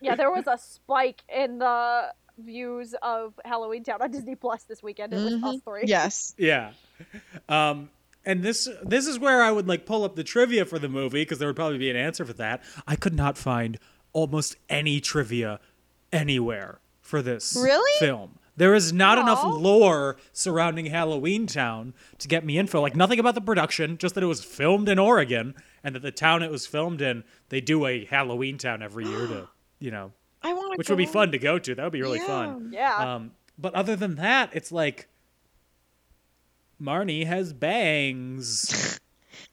H: yeah, there was a spike in the views of Halloween Town on Disney Plus this weekend. It was us
G: Mm-hmm.
H: three.
G: Yes.
F: Yeah. Um, and this this is where I would like pull up the trivia for the movie because there would probably be an answer for that. I could not find almost any trivia anywhere for this
G: Really?
F: film. There is not enough
H: Aw.
F: lore surrounding Halloween Town to get me info. Like nothing about the production, just that it was filmed in Oregon and that the town it was filmed in, they do a Halloween Town every year to, you know,
G: I want to
F: which would be fun to go to. That would be really fun.
H: Yeah.
F: Um, But other than that, it's like Marnie has bangs.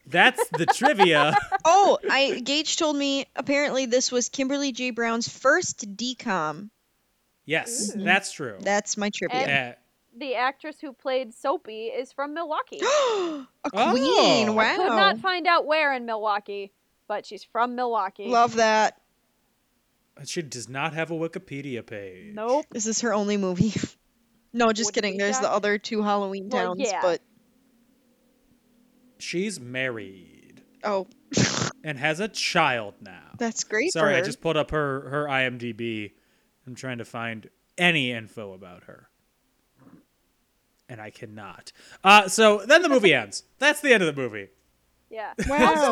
F: That's the trivia.
G: Oh, I Gage told me apparently this was Kimberly J. Brown's first decom.
F: Yes,
H: Mm.
F: that's true.
G: That's my trivia.
F: Yeah.
H: The actress who played Soapy is from Milwaukee.
G: A queen.
F: Oh.
G: wow.
H: Could not find out where in Milwaukee, but she's from Milwaukee.
G: Love that.
F: Uh, She does not have a Wikipedia page.
H: Nope.
G: This is her only movie. no, just
H: Wouldn't
G: kidding.
H: be
G: There's the
H: shocking.
G: other two Halloween
H: Well,
G: towns,
H: yeah.
G: but
F: She's married
G: oh,
F: and has a child now.
G: that's great.
F: Sorry,
G: for
F: I
G: her.
F: just pulled up her her IMDb. I'm trying to find any info about her, and I cannot. Uh, so then the movie ends. That's the end of the movie.
H: Yeah.
G: Wow.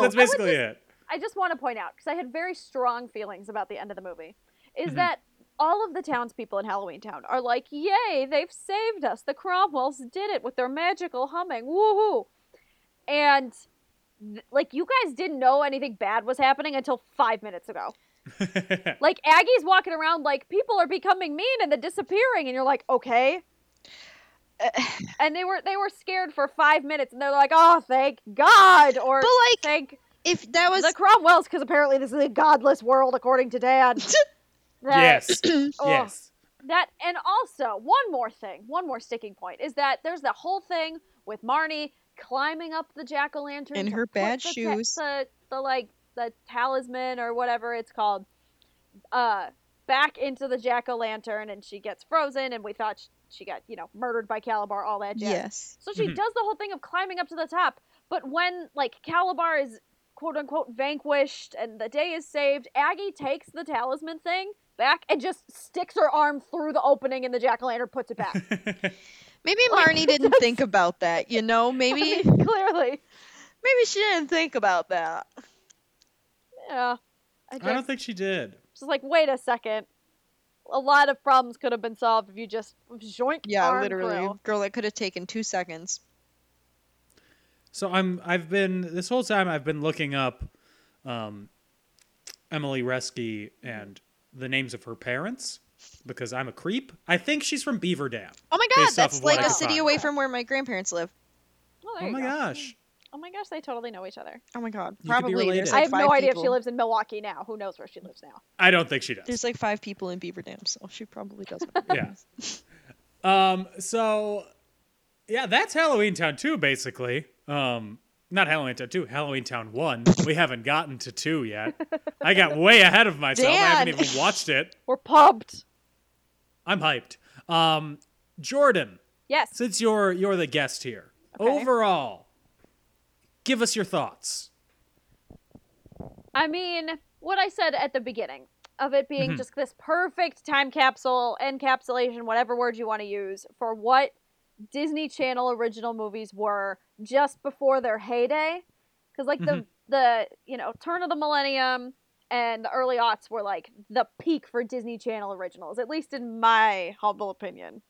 F: That's basically it.
H: I just want to point out because I had very strong feelings about the end of the movie, is that all of the townspeople in Halloween Town are like, "Yay, they've saved us! The Cromwells did it with their magical humming, woohoo!" And th- like, you guys didn't know anything bad was happening until five minutes ago. like Aggie's walking around like people are becoming mean and then disappearing, and you're like, "Okay." and they were they were scared for five minutes, and they're like, "Oh, thank God!" Or
G: But, like,
H: thank
G: if that was
H: the Cromwells, because apparently this is a godless world, according to Dad. That-
F: Yes,
H: oh,
F: yes.
H: That and also one more thing, one more sticking point is that there's that whole thing with Marnie climbing up the jack o' lantern
G: In
H: to
G: her
H: put
G: bad
H: the ta-
G: shoes.
H: the, the like the talisman or whatever it's called, uh, back into the jack o' lantern, and she gets frozen, and we thought she, she got you know murdered by Calabar, all that jazz.
G: yes.
H: So
F: Mm-hmm.
H: she does the whole thing of climbing up to the top, but when like Calabar is quote unquote vanquished and the day is saved, Aggie takes the talisman thing back and just sticks her arm through the opening in the jack o' lantern, puts it back.
G: Maybe Marnie didn't think about that. You know, maybe maybe
H: Clearly,
G: she didn't think about that.
H: yeah. I
F: I don't
H: just,
F: think she did.
H: just like wait a second. A lot of problems could have been solved if you just joint
G: Yeah,
H: arm
G: literally,
F: Oh
H: through.
G: girl, that could have taken two seconds.
F: So I'm I've been this whole time I've been looking up um, Emily Resky and the names of her parents because I'm a creep. I think she's from Beaver Dam.
G: Oh my God,
F: Based off
G: that's
F: of what
G: like
F: I
G: a
F: could
G: city
F: find.
G: away from where my grandparents live.
H: Oh, there
F: Oh
H: you
F: my
H: go.
F: gosh.
H: Oh my gosh, they totally know each other.
G: Oh my God,
F: You could be
G: probably. There's
F: related.
G: like
H: I have
G: five
H: no idea if
G: people-
H: she lives in Milwaukee now. Who knows where she lives now?
F: I don't think she does.
G: There's like five people in Beaver Dam, so she probably doesn't. know.
F: yeah. Um. So, yeah, that's Halloween Town two, basically. Um. Not Halloween Town two, Halloween Town one. We haven't gotten to two yet. I got way ahead of myself. I haven't
G: Dan.
F: even watched it.
H: We're pumped.
F: I'm hyped. Um, Jordan,
H: Yes.
F: since you're you're the guest here,
H: Okay.
F: overall, give us your thoughts.
H: I mean, what I said at the beginning of it being just this perfect time capsule, encapsulation, whatever word you want to use, for what Disney Channel original movies were just before their heyday. Because, like, the, the, you know, turn of the millennium and the early aughts were like the peak for Disney Channel originals, at least in my humble opinion.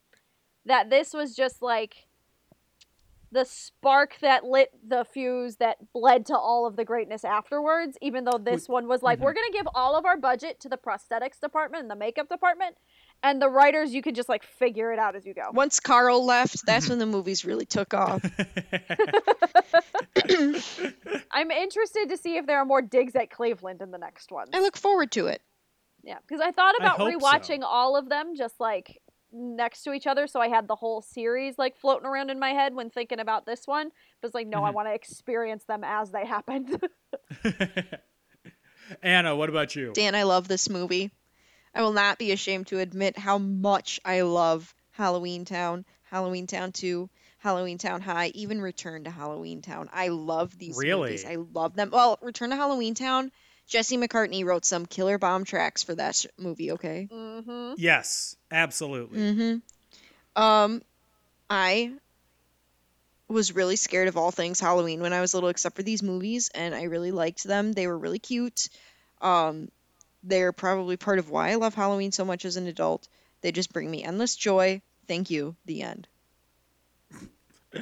H: That this was just like the spark that lit the fuse that led to all of the greatness afterwards even though this one was like we're going to give all of our budget to the prosthetics department and the makeup department and the writers you can just like figure it out as you go
G: Once Carl left, that's when the movies really took off.
H: i'm interested to see if there are more digs at cleveland in the next one
G: I look forward to it.
H: yeah because i thought
F: I
H: about
F: hope so.
H: rewatching all of them just like next to each other so i had the whole series like floating around in my head when thinking about this one but it's like no
F: Mm-hmm.
H: i want to experience them as they happened
F: Anna, what about you?
G: Dan, I love this movie. I will not be ashamed to admit how much I love Halloween Town, Halloween Town 2, Halloween Town High, even Return to Halloween Town. I love these
F: Really?
G: movies. I love them. Well, Return to Halloween Town, Jesse McCartney wrote some killer bomb tracks for that sh- movie, okay?
H: mm-hmm.
F: Yes, absolutely.
G: Mm. Um, I was really scared of all things Halloween when I was little, except for these movies, and I really liked them. They were really cute. Um, they're probably part of why I love Halloween so much as an adult. They just bring me endless joy. Thank you. The end. Mm-hmm.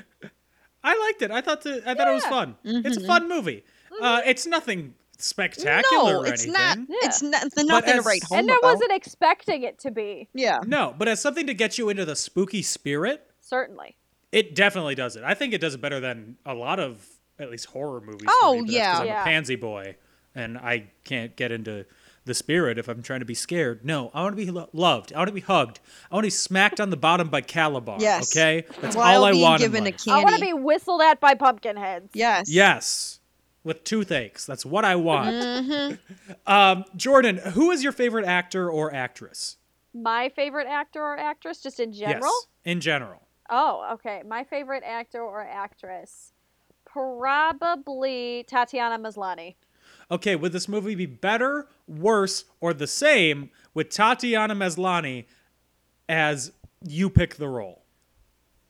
F: I liked it. I thought the, I thought it was fun. It's a fun movie. Uh, it's nothing spectacular
G: no,
F: or
G: it's
F: anything.
G: not. It's not. There's
F: But
G: nothing to
F: as-
G: write home
H: and I
G: about.
H: wasn't expecting it to be
G: yeah.
F: No, but as something to get you into the spooky spirit,
H: certainly.
F: it definitely does it. I think it does it better than a lot of at least horror movies.
G: Oh,
F: for me, but that's 'cause
G: yeah.
F: I'm
H: Yeah.
F: a pansy boy, and I can't get into the spirit if I'm trying to be scared. No, I want to be lo- loved. I want to be hugged. I want to be smacked on the bottom by Calabar.
G: Yes.
F: Okay, that's
G: While
F: all I
G: being
F: want. in
G: given
F: life.
G: a
H: I want to
G: candy.
H: be whistled at by pumpkin heads.
G: Yes.
F: Yes, with toothaches. That's what I want.
H: Mm-hmm.
F: um, Jordan, who is your favorite actor or actress?
H: My favorite actor or actress, just in general.
F: Yes, in general.
H: Oh, okay. My favorite actor or actress, probably Tatiana Maslany.
F: Okay, would this movie be better, worse, or the same with Tatiana Maslany as you pick the role?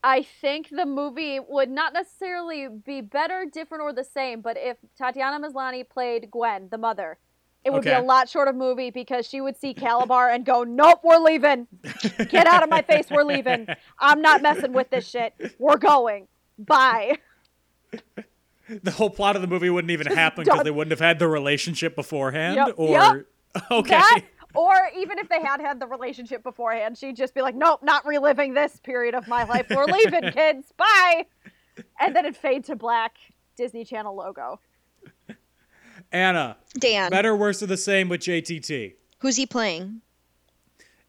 H: I think the movie would not necessarily be better, different, or the same, but if Tatiana Maslany played Gwen, the mother, it would be
F: Okay.
H: a lot shorter movie because she would see Calabar and go, Nope, we're leaving. Get out of my face, we're leaving. I'm not messing with this shit. We're going. Bye.
F: The whole plot of the movie wouldn't even happen because
H: done.
F: they wouldn't have had the relationship beforehand,
H: Yep,
F: or okay,
H: That, or even if they had had the relationship beforehand, she'd just be like, Nope, not reliving this period of my life. We're leaving, kids. Bye. And then it'd fade to black Disney Channel logo.
F: Anna,
G: Dan.
F: better, worse, or the same with JTT?
G: Who's he playing?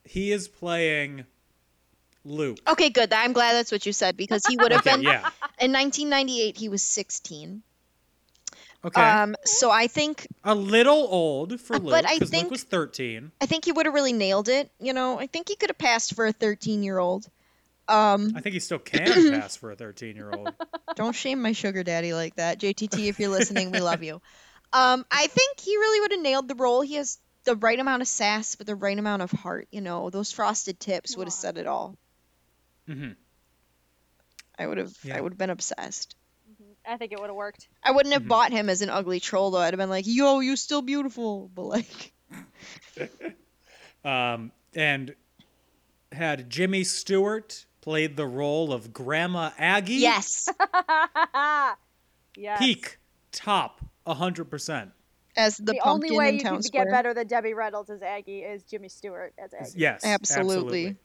F: He is playing Luke.
G: Okay, good. I'm glad that's what you said because he would have
F: Okay,
G: been
F: yeah.
G: in 1998. He was 16.
F: Okay,
G: Um, so I think
F: a little old for
G: but
F: Luke
G: I
F: because Luke
G: think-
F: was thirteen.
G: I think he would have really nailed it. You know, I think he could have passed for a 13 year old. Um,
F: I think he still can pass for a thirteen-year-old.
G: don't shame my sugar daddy like that, JTT. If you're listening, we love you. Um, I think he really would have nailed the role. He has the right amount of sass, but the right amount of heart. You know, those frosted tips would have said it all.
F: Mhm.
G: I would have.
F: Yeah.
G: I would have been obsessed.
H: I think it would have worked.
G: I wouldn't have bought him as an ugly troll though. I'd have been like, "Yo, you're still beautiful," but like,
F: um, and had Jimmy Stewart played the role of Grandma Aggie.
G: yes,
H: Yes.
F: Peak, top, 100%.
G: as the,
H: The
G: pumpkin
H: only way
G: in
H: you
G: town
H: can
G: square.
H: get better than Debbie Reynolds as Aggie is Jimmy Stewart as Aggie.
F: Yes.
G: Absolutely.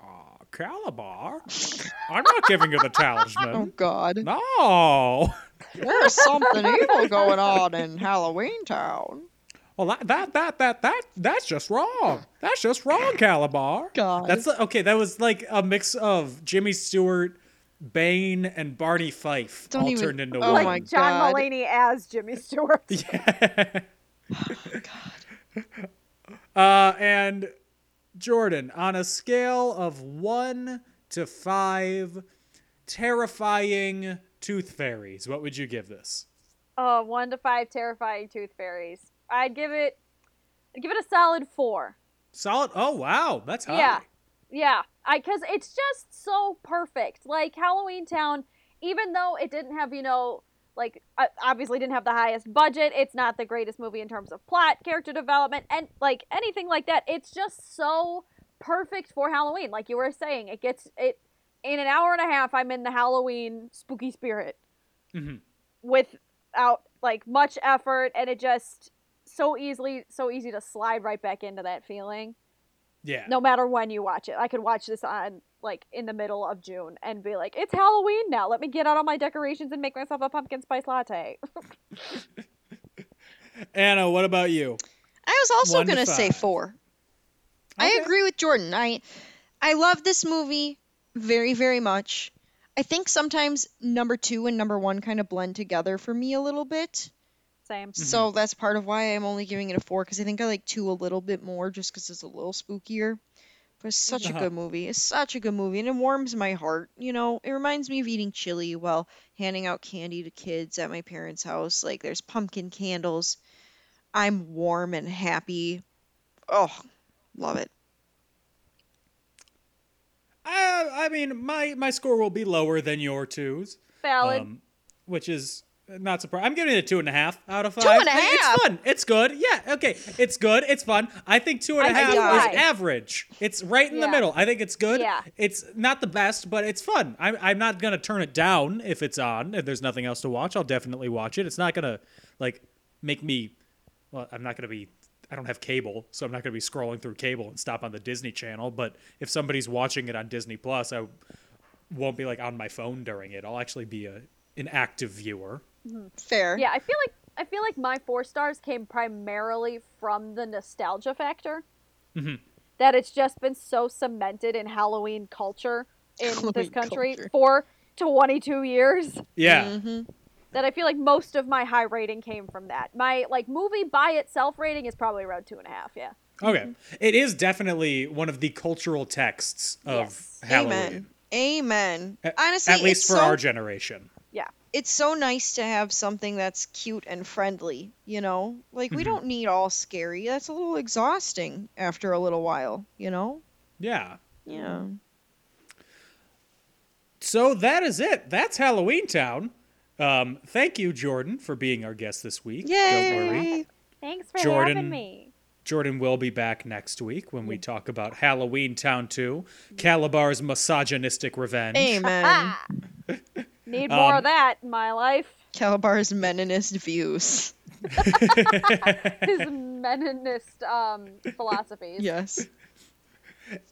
F: Aw, Calabar? I'm not giving you the
G: Oh
F: talisman.
G: God,
F: No.
G: there's something evil going on in Halloween Town.
F: Well, that, that, that, that, that, that's just wrong. That's just wrong, Calabar.
G: God.
F: That's the- okay. That was like a mix of Jimmy Stewart, Bane, and Barney Fife
G: Don't
F: all
G: even-
F: turned into
G: oh
F: one.
G: my
H: John
G: God.
H: Mulaney as Jimmy Stewart.
F: Uh, and Jordan, on a scale of one to five, terrifying tooth fairies, what would you give this?
H: Oh, one to five terrifying tooth fairies. I'd give it, I'd give it a solid four.
F: Solid. Oh wow, that's high.
H: Yeah, yeah. I because it's just so perfect. Like Halloween Town, even though it didn't have you know like I- obviously didn't have the highest budget. It's not the greatest movie in terms of plot, character development, and like anything like that. It's just so perfect for Halloween. Like you were saying, it gets it in an hour and a half. I'm in the Halloween spooky spirit
F: Mhm.
H: without like much effort, and it just so easily so easy to slide right back into that feeling
F: Yeah.
H: no matter when you watch it. I could watch this on like in the middle of June and be like, "It's Halloween now. Let me get out all my decorations and make myself a pumpkin spice latte."
F: Anna, what about you?
G: I was also
F: One to
G: gonna say
F: five.
G: four.
F: Okay.
G: I agree with Jordan. I I love this movie very very much. I think sometimes number two and number one kind of blend together for me a little bit.
H: Same.
F: Mm-hmm.
G: So that's part of why I'm only giving it a four because I think I like two a little bit more just because it's a little spookier. But it's such
F: Uh-huh.
G: a good movie. It's such a good movie and it warms my heart. You know, it reminds me of eating chili while handing out candy to kids at my parents' house. Like there's pumpkin candles. I'm warm and happy. Oh, love it.
F: I, Uh, I mean, my my score will be lower than your twos,
H: Valid.
F: um, which is not surprising. I'm giving it a two and a half out of five.
G: and a
F: I-
G: half?
F: It's fun. It's good. Yeah. Okay. It's good. It's fun. I think two and a
H: I
F: half
H: think you're right.
F: is average. It's right in the
H: Yeah.
F: middle. I think it's good.
H: Yeah.
F: It's not the best, but it's fun. I'm I'm not gonna turn it down if it's on. If there's nothing else to watch, I'll definitely watch it. It's not gonna like make me. Well, I'm not going to be. I don't have cable, so I'm not going to be scrolling through cable and stop on the Disney Channel. But if somebody's watching it on Disney Plus, I won't be like on my phone during it. I'll actually be a an active viewer.
G: Fair.
H: Yeah, I feel like I feel like my four stars came primarily from the nostalgia factor.
G: Mm-hmm.
H: That it's just been so cemented in Halloween culture in this
G: Halloween
H: country
G: culture.
H: for 22 years
F: Yeah.
G: Mm-hmm.
H: that I feel like most of my high rating came from that. My like movie by itself rating is probably around two and a half. Yeah.
F: Okay. It is definitely one of the cultural texts of
H: Yes.
F: Halloween.
G: Amen. Amen.
F: A-
G: Honestly,
F: at least
G: it's
F: for
G: so,
F: our generation.
H: Yeah.
G: it's so nice to have something that's cute and friendly, you know? Like
F: Mm-hmm.
G: we don't need all scary. That's a little exhausting after a little while, you know? Um,
F: Yeah.
G: Yeah.
F: So that is it. That's Halloween Town. Um, thank you, Jordan, for being our guest this week. Don't worry.
G: Yay.
H: Thanks for
F: Jordan.
H: having me.
F: Jordan will be back next week when we talk about Halloween Town 2, Calabar's misogynistic revenge.
G: Amen.
H: Need more of that in my life.
G: Calabar's Meninist views.
H: His Meninist um, philosophies.
G: Yes.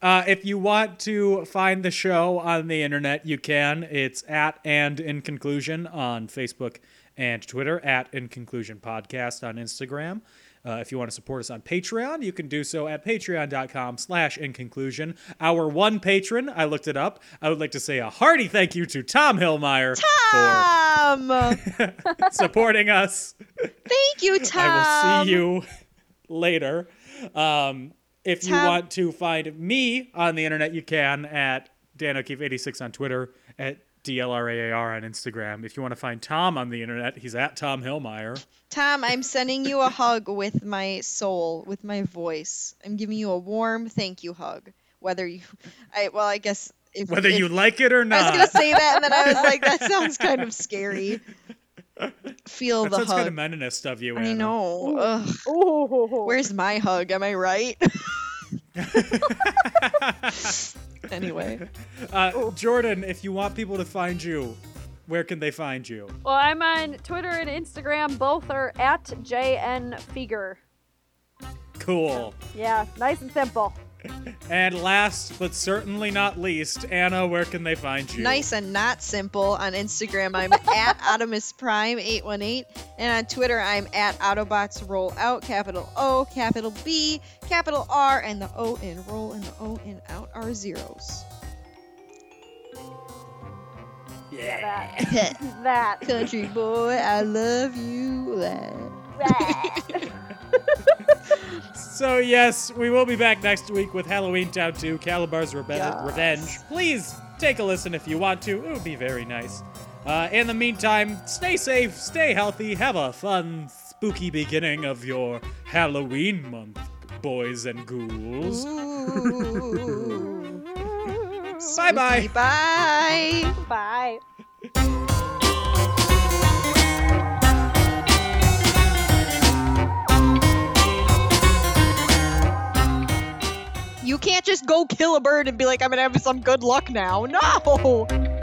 F: Uh, if you want to find the show on the internet, you can. It's at and in conclusion on Facebook and Twitter, at in conclusion podcast on Instagram. Uh, if you want to support us on Patreon, you can do so at patreon.com slash in conclusion. Our one patron, I looked it up. I would like to say a hearty thank you to Tom Hillmeyer
G: Um
F: for supporting us.
G: thank you, Tom.
F: I will
G: Um,
F: see you later. Um, if you
G: Tom.
F: want to find me on the internet, you can at Dan O'Keefe86 on Twitter, at DLRAAR on Instagram. If you want to find Tom on the internet, he's at Tom Hillmeyer.
G: Tom, I'm sending you a hug with my soul, with my voice. I'm giving you a warm thank you hug. Whether you, I well, I guess if,
F: Whether
G: if-
F: you like it or
G: I was
F: not.
G: gonna say that, and then I was like, that sounds kind of scary. Feel
F: that
G: the
F: sounds
G: hug.
F: kind of meninist of you, Anna.
G: I know. Ugh.
H: Ooh.
G: Where's my hug? Am I right? anyway,
F: Uh, Jordan, if you want people to find you, where can they find you?
H: Well, I'm on Twitter and Instagram. Both are at JNFeger.
F: Cool.
H: Yeah, nice and simple.
F: And last but certainly not least, Anna, where can they find you?
G: nice and not simple. On Instagram, I'm at Optimus Prime eight one eight, and on Twitter, I'm at Autobots Roll Out, capital O, capital B, capital R, and the O in roll and the O in out are zeros.
H: That. that.
G: Country boy, I love you. lad.
F: So yes, we will be back next week with Halloween Town 2, Calabar's Rebe- Revenge. Please take a listen if you want to. It would be very nice. Uh, in the meantime, stay safe, stay healthy, have a fun, spooky beginning of your Halloween month, boys and ghouls.
G: Ooh.
F: Bye bye.
G: Bye.
H: Bye.
G: You can't just go kill a bird and be like, I'm gonna have some good luck now. No.